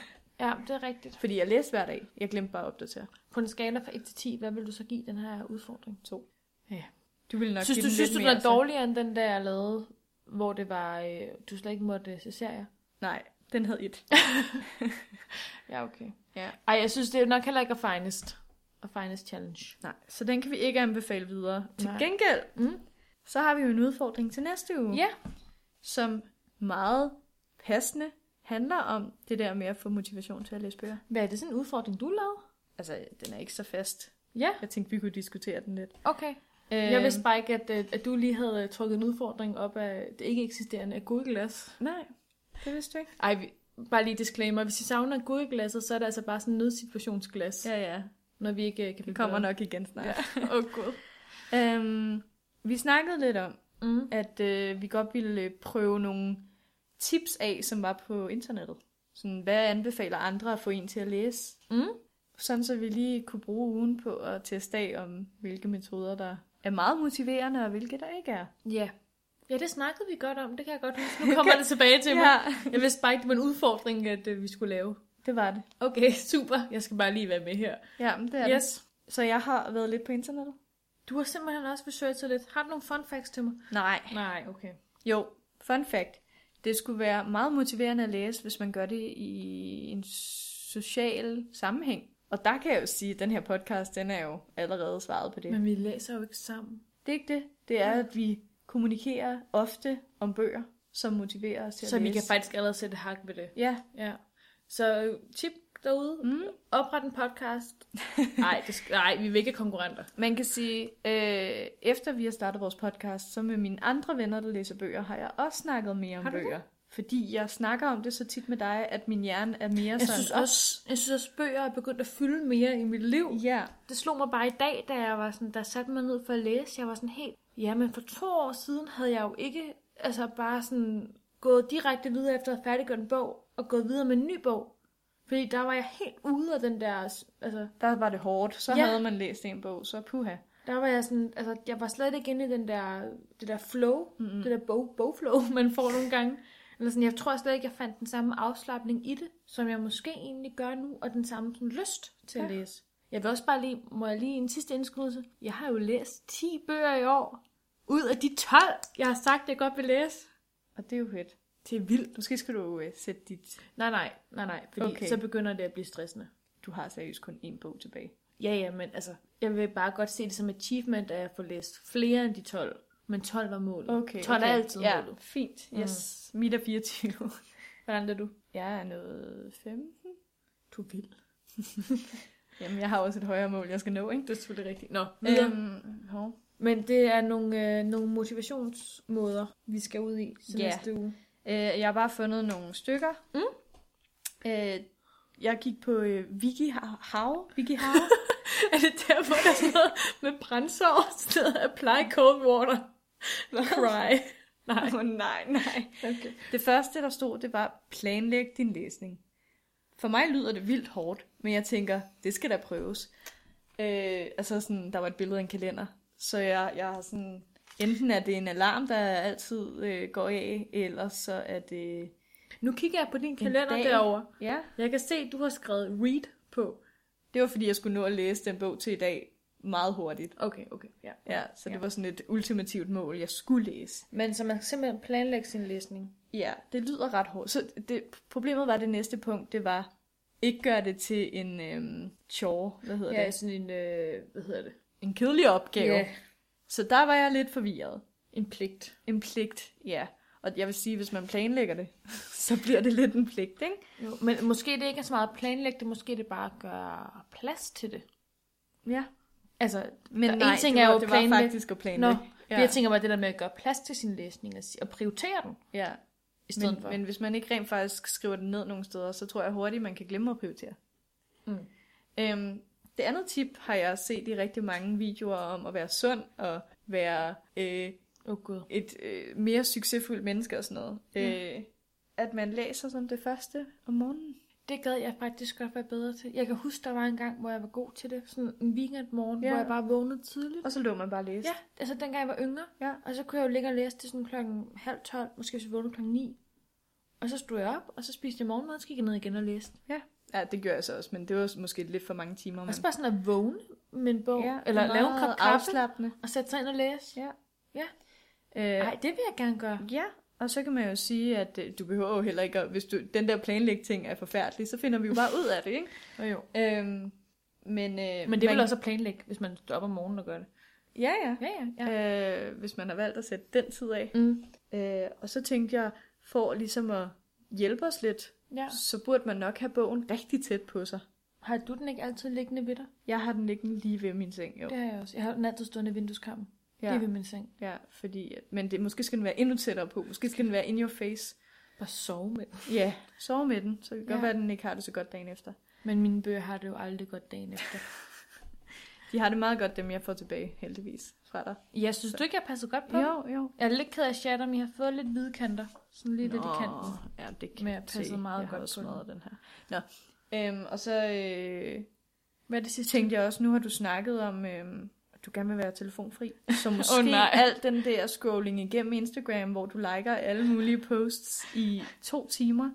[SPEAKER 2] ja, det er rigtigt.
[SPEAKER 3] Fordi jeg læste hver dag. Jeg glemte bare at opdatere.
[SPEAKER 2] På en skala fra 1 til 10, hvad vil du så give den her udfordring? 2. Ja.
[SPEAKER 3] Du ville nok
[SPEAKER 2] Synes
[SPEAKER 3] give
[SPEAKER 2] du,
[SPEAKER 3] den
[SPEAKER 2] synes
[SPEAKER 3] lidt
[SPEAKER 2] du, den
[SPEAKER 3] mere,
[SPEAKER 2] er
[SPEAKER 3] så.
[SPEAKER 2] dårligere end den, der jeg lavede, hvor det var, øh, du slet ikke måtte øh, se serier?
[SPEAKER 3] Nej, den hed et.
[SPEAKER 2] Ja, okay.
[SPEAKER 3] Ja.
[SPEAKER 2] Ej, jeg synes, det er nok heller ikke er finest. Og finest challenge.
[SPEAKER 3] Nej, så den kan vi ikke anbefale videre. Til
[SPEAKER 2] Nej.
[SPEAKER 3] gengæld,
[SPEAKER 2] Mm.
[SPEAKER 3] så har vi jo en udfordring til næste uge,
[SPEAKER 2] Ja,
[SPEAKER 3] som meget passende handler om det der med at få motivation til at læse bøger.
[SPEAKER 2] Hvad er det sådan en udfordring, du lavede?
[SPEAKER 3] Altså, den er ikke så fast.
[SPEAKER 2] Ja,
[SPEAKER 3] Jeg tænkte, vi kunne diskutere den lidt.
[SPEAKER 2] okay.
[SPEAKER 3] Øh,
[SPEAKER 2] Jeg vidste bare ikke, at, øh, at du lige havde øh, trukket en udfordring op af det ikke eksisterende Google Glass.
[SPEAKER 3] Nej, det vidste du ikke.
[SPEAKER 2] Ej, vi, bare lige disclaimer. Hvis I savner Google Glasset, så er det altså bare sådan en nødsituationsglas, ja.
[SPEAKER 3] Ja, ja.
[SPEAKER 2] når vi ikke øh, kan
[SPEAKER 3] Det
[SPEAKER 2] blive
[SPEAKER 3] kommer
[SPEAKER 2] bedre.
[SPEAKER 3] nok igen snart. Ja.
[SPEAKER 2] Åh, oh, gud.
[SPEAKER 3] Øhm, vi snakkede lidt om,
[SPEAKER 2] Mm.
[SPEAKER 3] at øh, vi godt ville øh, prøve nogle tips af, som var på internettet. Sådan, hvad anbefaler andre at få en til at læse?
[SPEAKER 2] Mm.
[SPEAKER 3] Sådan, så vi lige kunne bruge ugen på at teste af om, hvilke metoder, der er meget motiverende, og hvilke der ikke er.
[SPEAKER 2] Ja. Ja, det snakkede vi godt om. Det kan jeg godt huske. Nu kommer det tilbage til mig. Jeg vidste bare ikke, det var en udfordring, at øh, vi skulle lave.
[SPEAKER 3] det var det.
[SPEAKER 2] Okay, super. Jeg skal bare lige være med her.
[SPEAKER 3] Ja, men det er
[SPEAKER 2] Ja,
[SPEAKER 3] det.
[SPEAKER 2] yes.
[SPEAKER 3] Så jeg har været lidt på internettet?
[SPEAKER 2] Du har simpelthen også researchet lidt. Har du nogle fun facts til mig?
[SPEAKER 3] Nej.
[SPEAKER 2] Nej, okay.
[SPEAKER 3] Jo, fun fact. Det skulle være meget motiverende at læse, hvis man gør det i en social sammenhæng. Og der kan jeg jo sige, at den her podcast, den er jo allerede svaret på det.
[SPEAKER 2] Men vi læser jo ikke sammen.
[SPEAKER 3] Det er ikke det. Det er, at vi kommunikerer ofte om bøger, som motiverer os til
[SPEAKER 2] Så
[SPEAKER 3] at
[SPEAKER 2] vi
[SPEAKER 3] læse.
[SPEAKER 2] kan faktisk allerede sætte hak ved det.
[SPEAKER 3] Ja.
[SPEAKER 2] Ja. Så øh, tip derude.
[SPEAKER 3] Mm.
[SPEAKER 2] Opret en podcast. Nej, det skal, nej, vi er ikke konkurrenter.
[SPEAKER 3] Man kan sige, øh, efter vi har startet vores podcast, så med mine andre venner, der læser bøger, har jeg også snakket mere om
[SPEAKER 2] Har du det?
[SPEAKER 3] bøger. Fordi jeg snakker om det så tit med dig, at min hjerne er mere
[SPEAKER 2] Jeg
[SPEAKER 3] sådan...
[SPEAKER 2] synes, også, jeg synes også, bøger er begyndt at fylde mere i mit liv.
[SPEAKER 3] Ja,
[SPEAKER 2] Det slog mig bare i dag, da jeg var sådan, der satte mig ned for at læse. Jeg var sådan helt, ja, men for to år siden havde jeg jo ikke, altså bare sådan gået direkte videre efter at have færdiggjort en bog, og gået videre med en ny bog. Fordi der var jeg helt ude af den der, altså,
[SPEAKER 3] der var det hårdt. Så
[SPEAKER 2] Ja.
[SPEAKER 3] havde man læst en bog, så puha.
[SPEAKER 2] der var jeg sådan, altså, jeg var slet ikke inde i den der, det der flow, mm-hmm. det der bog, bogflow, man får nogle gange. Eller sådan, jeg tror slet ikke, jeg fandt den samme afslappning i det, som jeg måske egentlig gør nu, og den samme sådan, lyst til ja. at
[SPEAKER 3] Ja.
[SPEAKER 2] læse. Jeg vil også bare lige, må jeg lige en sidste indskydelse? Jeg har jo læst 10 bøger i år, ud af de 12, jeg har sagt, jeg godt vil læse.
[SPEAKER 3] Og det er jo fedt.
[SPEAKER 2] Det er vildt.
[SPEAKER 3] Måske skal du øh, sætte dit...
[SPEAKER 2] Nej, nej, nej, nej, fordi okay.
[SPEAKER 3] Okay.
[SPEAKER 2] så begynder det at blive stressende.
[SPEAKER 3] Du har seriøst kun én bog tilbage.
[SPEAKER 2] Ja, ja, men altså, jeg vil bare godt se det som achievement, at jeg får læst flere end de 12. Men 12 var målet. 12 er altid
[SPEAKER 3] ja.
[SPEAKER 2] målet.
[SPEAKER 3] Fint, yes. Mm. Mit er 24.
[SPEAKER 2] Hvordan er du?
[SPEAKER 3] Jeg er noget 5.
[SPEAKER 2] Du vil.
[SPEAKER 3] Jamen, jeg har også et højere mål, jeg skal nå, ikke?
[SPEAKER 2] Det er selvfølgelig rigtigt. Nå, videre. Øhm.
[SPEAKER 3] Øhm, hov.
[SPEAKER 2] Men det er nogle, øh, nogle motivationsmåder, vi skal ud i til
[SPEAKER 3] Ja.
[SPEAKER 2] næste uge.
[SPEAKER 3] øh, jeg har bare fundet nogle stykker. Mm. Øh, jeg gik på øh, Vicky Hav. Vicky Hav.
[SPEAKER 2] Er det der, hvor der er sådan noget med brændsår og sådan noget? Apply cold water. Cry.
[SPEAKER 3] nej. Oh, nej, nej.
[SPEAKER 2] Okay.
[SPEAKER 3] Det første, der stod, det var, planlæg din læsning. For mig lyder det vildt hårdt, men jeg tænker, det skal da prøves. Øh, altså sådan, der var et billede af en kalender, så jeg, jeg har sådan, enten er det en alarm, der altid øh, går af, eller så er det,
[SPEAKER 2] Nu kigger jeg på din
[SPEAKER 3] dag.
[SPEAKER 2] kalender derovre.
[SPEAKER 3] ja,
[SPEAKER 2] Jeg kan se, at du har skrevet read på.
[SPEAKER 3] det var fordi, jeg skulle nå at læse den bog til i dag meget hurtigt.
[SPEAKER 2] Okay, okay. Ja.
[SPEAKER 3] Ja, så det
[SPEAKER 2] Ja.
[SPEAKER 3] var sådan et ultimativt mål, jeg skulle læse.
[SPEAKER 2] Men så man skal simpelthen planlægge sin læsning.
[SPEAKER 3] Ja, det lyder ret hårdt. Så det, problemet var, det næste punkt, det var, ikke gøre det til en øhm, chore, hvad hedder
[SPEAKER 2] Ja,
[SPEAKER 3] det?
[SPEAKER 2] sådan en, øh, hvad hedder det?
[SPEAKER 3] En kedelig opgave. Yeah. Så der var jeg lidt forvirret.
[SPEAKER 2] En pligt.
[SPEAKER 3] En pligt, ja. Og jeg vil sige, hvis man planlægger det, så bliver det lidt en pligt, ikke?
[SPEAKER 2] Jo, men måske det ikke er så meget at planlægge det, måske det bare gør plads til det.
[SPEAKER 3] Ja.
[SPEAKER 2] Altså,
[SPEAKER 3] Men
[SPEAKER 2] Der-
[SPEAKER 3] nej,
[SPEAKER 2] en ting
[SPEAKER 3] det,
[SPEAKER 2] er
[SPEAKER 3] var,
[SPEAKER 2] jo
[SPEAKER 3] det
[SPEAKER 2] planlæg-
[SPEAKER 3] var faktisk at planlægge.
[SPEAKER 2] Nå, ja.
[SPEAKER 3] ja.
[SPEAKER 2] jeg tænker bare det der med at gøre plads til sin læsning og, si- og prioritere den
[SPEAKER 3] ja.
[SPEAKER 2] i stedet
[SPEAKER 3] Men,
[SPEAKER 2] for.
[SPEAKER 3] men hvis man ikke rent faktisk skriver det ned nogle steder, så tror jeg hurtigt, man kan glemme at prioritere.
[SPEAKER 2] Mm.
[SPEAKER 3] Øhm, det andet tip har jeg set i rigtig mange videoer om at være sund og være øh,
[SPEAKER 2] oh, gud.
[SPEAKER 3] et øh, mere succesfuldt menneske og sådan noget.
[SPEAKER 2] Ja.
[SPEAKER 3] Øh, at man læser som det første om morgenen.
[SPEAKER 2] Det gad jeg faktisk godt være bedre til. Jeg kan huske, der var en gang, hvor jeg var god til det. Sådan en weekendmorgen, ja.
[SPEAKER 3] Ja.
[SPEAKER 2] hvor jeg bare vågnede tidligt.
[SPEAKER 3] Og så lå man bare og læse.
[SPEAKER 2] Ja, altså dengang jeg var yngre.
[SPEAKER 3] Ja.
[SPEAKER 2] Og så kunne jeg jo ligge og læse til sådan klokken halv tolv, måske så vågnede klokken ni. Og så stod jeg op, og så spiste jeg morgenmad, og så gik jeg ned igen og læste.
[SPEAKER 3] Ja, det gør jeg så også, men det var også måske lidt for mange timer.
[SPEAKER 2] Og så bare sådan at vågne med en bog, ja,
[SPEAKER 3] ja,
[SPEAKER 2] eller lave en kop kaffe,
[SPEAKER 3] afslappende.
[SPEAKER 2] og sætte sig ind og læse.
[SPEAKER 3] Ja.
[SPEAKER 2] Ja.
[SPEAKER 3] Øh,
[SPEAKER 2] Nej, det vil jeg gerne gøre.
[SPEAKER 3] ja, og så kan man jo sige, at øh, du behøver jo heller ikke, at, hvis du, den der planlæg ting er forfærdelig, så finder vi jo bare ud af det, ikke?
[SPEAKER 2] Og jo.
[SPEAKER 3] Øhm, men, øh,
[SPEAKER 2] Men det vil
[SPEAKER 3] man,
[SPEAKER 2] også at planlægge, hvis man står op om morgenen og gør det.
[SPEAKER 3] Ja, ja.
[SPEAKER 2] Ja, ja, ja.
[SPEAKER 3] ja. Øh, hvis man har valgt at sætte den tid af.
[SPEAKER 2] Mm.
[SPEAKER 3] Øh, og så tænkte jeg, for ligesom at hjælpe os lidt
[SPEAKER 2] Ja.
[SPEAKER 3] så burde man nok have bogen rigtig tæt på sig.
[SPEAKER 2] Har du den ikke altid liggende ved dig?
[SPEAKER 3] Jeg har den liggende lige ved min seng, jo.
[SPEAKER 2] Det har jeg også. Jeg har den altid stående i vindueskammen. Ja.
[SPEAKER 3] ja.
[SPEAKER 2] Lige ved min seng.
[SPEAKER 3] ja fordi, at- men det, måske skal den være endnu tættere på. Måske skal den være in your face.
[SPEAKER 2] Bare sove med den.
[SPEAKER 3] Ja, sove med den. Så det kan
[SPEAKER 2] Ja.
[SPEAKER 3] godt være, at den ikke har det så godt dagen efter.
[SPEAKER 2] Men mine bøger har det jo aldrig godt dagen efter.
[SPEAKER 3] De har det meget godt, dem jeg får tilbage, heldigvis, fra dig.
[SPEAKER 2] Jeg synes du ikke, jeg passer godt på dem?
[SPEAKER 3] Jo, jo.
[SPEAKER 2] Jeg er lidt ked af chat, om I har fået lidt hvide kanter. Sådan lidt Nå. lidt i kanten.
[SPEAKER 3] Ja, det
[SPEAKER 2] Men
[SPEAKER 3] kan
[SPEAKER 2] jeg passede
[SPEAKER 3] se.
[SPEAKER 2] meget
[SPEAKER 3] jeg har
[SPEAKER 2] godt
[SPEAKER 3] også
[SPEAKER 2] på den.
[SPEAKER 3] smadret den her. Nå. Øhm, og så øh,
[SPEAKER 2] Hvad er det sidste?
[SPEAKER 3] tænkte jeg også, nu har du snakket om, øhm, at du gerne vil være telefonfri. Så måske oh,
[SPEAKER 2] nej.
[SPEAKER 3] al den der scrolling igennem Instagram, hvor du liker alle mulige posts i to timer,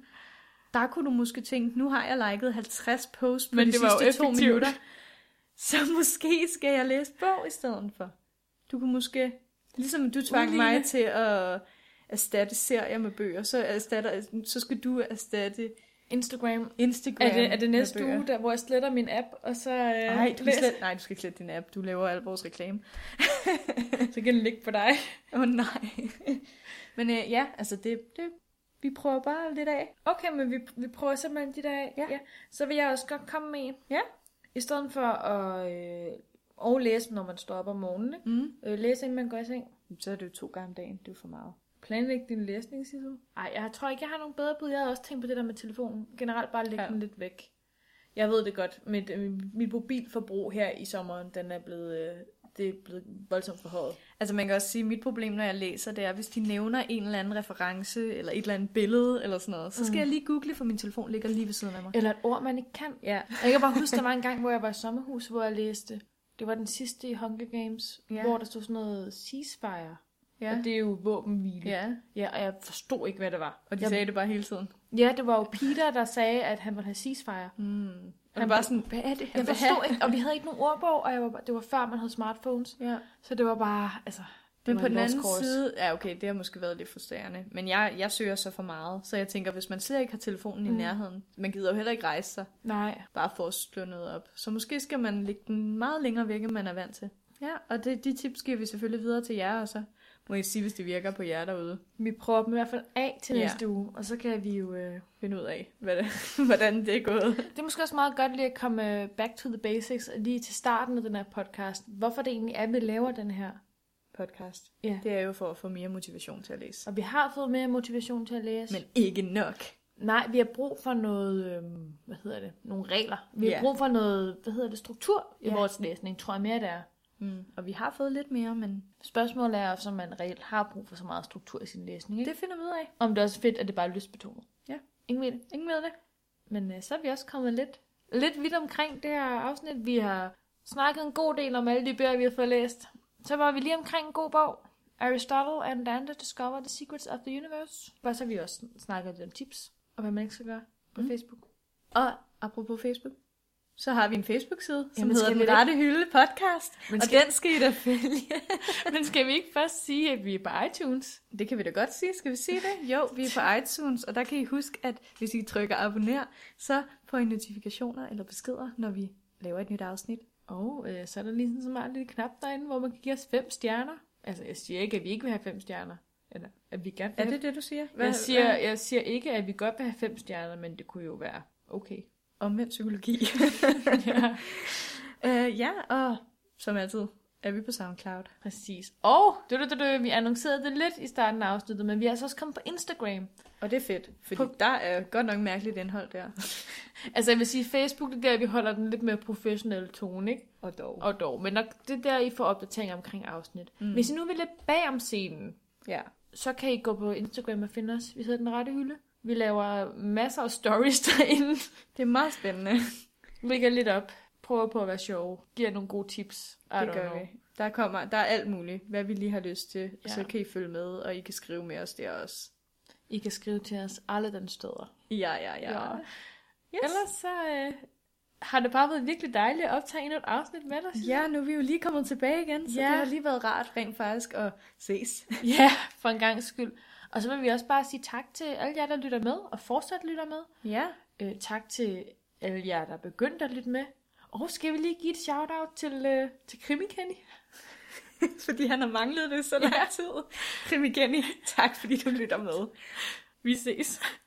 [SPEAKER 3] der kunne du måske tænke, nu har jeg liket 50 posts på
[SPEAKER 2] Men
[SPEAKER 3] de
[SPEAKER 2] det var jo
[SPEAKER 3] sidste to
[SPEAKER 2] effektivt.
[SPEAKER 3] minutter. Så måske skal jeg læse bog i stedet for. Du kunne måske, ligesom du tvang
[SPEAKER 2] Uline.
[SPEAKER 3] mig til at erstatte serier med bøger, så, erstatter, så skal du erstatte
[SPEAKER 2] Instagram.
[SPEAKER 3] Instagram
[SPEAKER 2] Er det, er det næste
[SPEAKER 3] med bøger.
[SPEAKER 2] uge, der, hvor jeg sletter min app, og så... Øh,
[SPEAKER 3] Nej, du, kan
[SPEAKER 2] læs-
[SPEAKER 3] slet, nej, du skal ikke slette din app. Du laver al vores reklame.
[SPEAKER 2] Så kan den ligge på dig.
[SPEAKER 3] Åh oh, nej. Men øh, ja, altså det, det, vi prøver bare lidt af.
[SPEAKER 2] Okay, men vi, vi prøver simpelthen de der af.
[SPEAKER 3] Ja.
[SPEAKER 2] Så vil jeg også godt komme med en.
[SPEAKER 3] Ja.
[SPEAKER 2] I stedet for at øh, og læse, når man står op om morgenen. Ikke?
[SPEAKER 3] Mm.
[SPEAKER 2] Øh, læse, inden man går i seng.
[SPEAKER 3] Så er det jo to gange om dagen. Det er jo for meget.
[SPEAKER 2] Planlæg din læsning, siger du. Ej, jeg tror ikke, jeg har nogen bedre bud. Jeg havde også tænkt på det der med telefonen. Generelt bare lægge ja.
[SPEAKER 3] Ja.
[SPEAKER 2] den lidt væk. Jeg ved det godt. Mit, øh, mit mobilforbrug her i sommeren, den er blevet, øh, det er blevet voldsomt forhøjet.
[SPEAKER 3] Altså man kan også sige, at mit problem, når jeg læser, det er, hvis de nævner en eller anden reference, eller et eller andet billede, eller sådan noget, så skal
[SPEAKER 2] Mm.
[SPEAKER 3] mm. jeg lige google, for min telefon ligger lige ved siden af mig.
[SPEAKER 2] Eller et ord, man ikke kan.
[SPEAKER 3] Ja.
[SPEAKER 2] Jeg kan bare huske, der var en gang, hvor jeg var i sommerhus, hvor jeg læste. Det var den sidste i Hunger Games, ja.
[SPEAKER 3] Ja.
[SPEAKER 2] hvor der stod sådan noget ceasefire. Ja.
[SPEAKER 3] Ja.
[SPEAKER 2] Og det er jo våbenhvile.
[SPEAKER 3] ja.
[SPEAKER 2] ja, og jeg forstod ikke, hvad det var.
[SPEAKER 3] Og de
[SPEAKER 2] jeg,
[SPEAKER 3] sagde det bare hele tiden.
[SPEAKER 2] Ja, det var jo Peter, der sagde, at han ville have ceasefire.
[SPEAKER 3] Mm.
[SPEAKER 2] Han
[SPEAKER 3] Og det var sådan, hvad er det?
[SPEAKER 2] Jeg forstod ikke, og vi havde ikke nogen ordbog, og jeg var, bare- det var før, man havde smartphones.
[SPEAKER 3] Ja.
[SPEAKER 2] Så det var bare, altså... det
[SPEAKER 3] Men
[SPEAKER 2] var
[SPEAKER 3] på
[SPEAKER 2] en
[SPEAKER 3] den
[SPEAKER 2] lost
[SPEAKER 3] anden
[SPEAKER 2] cause.
[SPEAKER 3] side, ja okay, det har måske været lidt frustrerende, men jeg, jeg søger så for meget, så jeg tænker, hvis man slet ikke har telefonen i
[SPEAKER 2] Mm.
[SPEAKER 3] nærheden, man gider jo heller ikke rejse sig,
[SPEAKER 2] Nej.
[SPEAKER 3] bare for at slå noget op. Så måske skal man lægge den meget længere væk, end man er vant til. Ja, og det, de tips giver vi selvfølgelig videre til jer, og så må I sige, hvis det virker på jer derude.
[SPEAKER 2] Vi prøver dem i hvert fald af til
[SPEAKER 3] Ja.
[SPEAKER 2] næste uge, og så kan vi jo... Øh...
[SPEAKER 3] Find ud af, hvad det, hvordan det er gået.
[SPEAKER 2] Det er måske også meget godt lige at komme øh, back to the basics, og lige til starten af den her podcast. Hvorfor det egentlig er, vi laver den her.
[SPEAKER 3] Podcast.
[SPEAKER 2] Ja.
[SPEAKER 3] Det er jo for at få mere motivation til at læse.
[SPEAKER 2] Og vi har fået mere motivation til at læse.
[SPEAKER 3] Men ikke nok.
[SPEAKER 2] Nej, vi har brug for noget, øhm, hvad hedder det, nogle regler. Vi har
[SPEAKER 3] Ja.
[SPEAKER 2] brug for noget, hvad hedder det, struktur i
[SPEAKER 3] Ja.
[SPEAKER 2] vores læsning, tror jeg mere, det er.
[SPEAKER 3] Mm. Og vi har fået lidt mere, men
[SPEAKER 2] Spørgsmålet er, om man reelt har brug for så meget struktur i sin læsning. Ikke?
[SPEAKER 3] det finder vi ud af.
[SPEAKER 2] Om det er også fedt, at det bare er lystbetonet.
[SPEAKER 3] Ja.
[SPEAKER 2] Ingen ved det.
[SPEAKER 3] Ingen ved det.
[SPEAKER 2] Men øh, så er vi også kommet lidt, lidt vidt omkring det her afsnit. Vi har snakket en god del om alle de bøger, vi har fået læst. Så var vi lige omkring en god bog. Aristotle and Dante Discover the Secrets of the Universe. Og så har vi også snakket lidt om tips, og hvad man ikke skal gøre på mm. Facebook.
[SPEAKER 3] Og apropos Facebook, så har vi en Facebook-side, som
[SPEAKER 2] Jamen,
[SPEAKER 3] hedder
[SPEAKER 2] skal vi
[SPEAKER 3] Den
[SPEAKER 2] da-
[SPEAKER 3] Rette Hylde Podcast.
[SPEAKER 2] Men
[SPEAKER 3] og
[SPEAKER 2] skal-
[SPEAKER 3] den skal I da følge.
[SPEAKER 2] Men skal vi ikke først sige, at vi er på iTunes?
[SPEAKER 3] Det kan vi da godt sige. Skal vi sige det? Jo, vi er på iTunes, og der kan I huske, at hvis I trykker abonner, så får I notifikationer eller beskeder, når vi laver et nyt afsnit.
[SPEAKER 2] Og øh, så er der lige sådan en smart lille knap derinde, hvor man kan give os fem stjerner. Altså, jeg siger ikke, at vi ikke vil have fem stjerner. Eller, at vi gerne vil have...
[SPEAKER 3] det, du siger?
[SPEAKER 2] Hvad, jeg, siger, jeg siger ikke, at vi godt vil have fem stjerner, men det kunne jo være okay.
[SPEAKER 3] Omvendt psykologi.
[SPEAKER 2] ja,
[SPEAKER 3] uh, ja, og som altid er vi på SoundCloud.
[SPEAKER 2] præcis. Og du, du, du, du, vi annoncerede det lidt i starten af afsnittet, men vi er altså også kommet på Instagram.
[SPEAKER 3] Og det er fedt, fordi på... der er godt nok mærkeligt indhold der.
[SPEAKER 2] Altså, jeg vil sige, Facebook det er der, vi holder den lidt mere professionelle tone, ikke?
[SPEAKER 3] Og dog.
[SPEAKER 2] Og dog, men nok, det er der, I får opdateringer omkring afsnit. Mm. Hvis I nu vil lidt bag om scenen,
[SPEAKER 3] Ja.
[SPEAKER 2] så kan I gå på Instagram og finde os. Vi hedder Den Rette Hylde. Vi laver masser af stories derinde.
[SPEAKER 3] Det er meget spændende.
[SPEAKER 2] Ligger lidt op. Prøver på at være sjove. Giver nogle gode tips. I
[SPEAKER 3] Det
[SPEAKER 2] don't
[SPEAKER 3] gør
[SPEAKER 2] know.
[SPEAKER 3] vi. Der, kommer, der er alt muligt, hvad vi lige har lyst til.
[SPEAKER 2] Ja.
[SPEAKER 3] Ja. Så kan I følge med, og I kan skrive med os der også.
[SPEAKER 2] I kan skrive til os alle den steder.
[SPEAKER 3] Ja, ja, ja.
[SPEAKER 2] Ja.
[SPEAKER 3] ja.
[SPEAKER 2] Yes. Ellers så øh, har det bare været virkelig dejligt at optage endnu et afsnit med dig.
[SPEAKER 3] Ja, nu er vi jo lige kommet tilbage igen, så
[SPEAKER 2] Ja.
[SPEAKER 3] ja. det har lige været rart rent faktisk at ses.
[SPEAKER 2] ja, for en gang skyld. Og så vil vi også bare sige tak til alle jer, der lytter med, og fortsat lytter med.
[SPEAKER 3] Ja.
[SPEAKER 2] Øh, tak til alle jer, der er begyndt at lytte med. Og skal vi lige give et shout-out til, øh, til Krimi Kenny?
[SPEAKER 3] Fordi han har manglet det så lang tid. Krimi Jenny, tak fordi du lytter med.
[SPEAKER 2] Vi ses.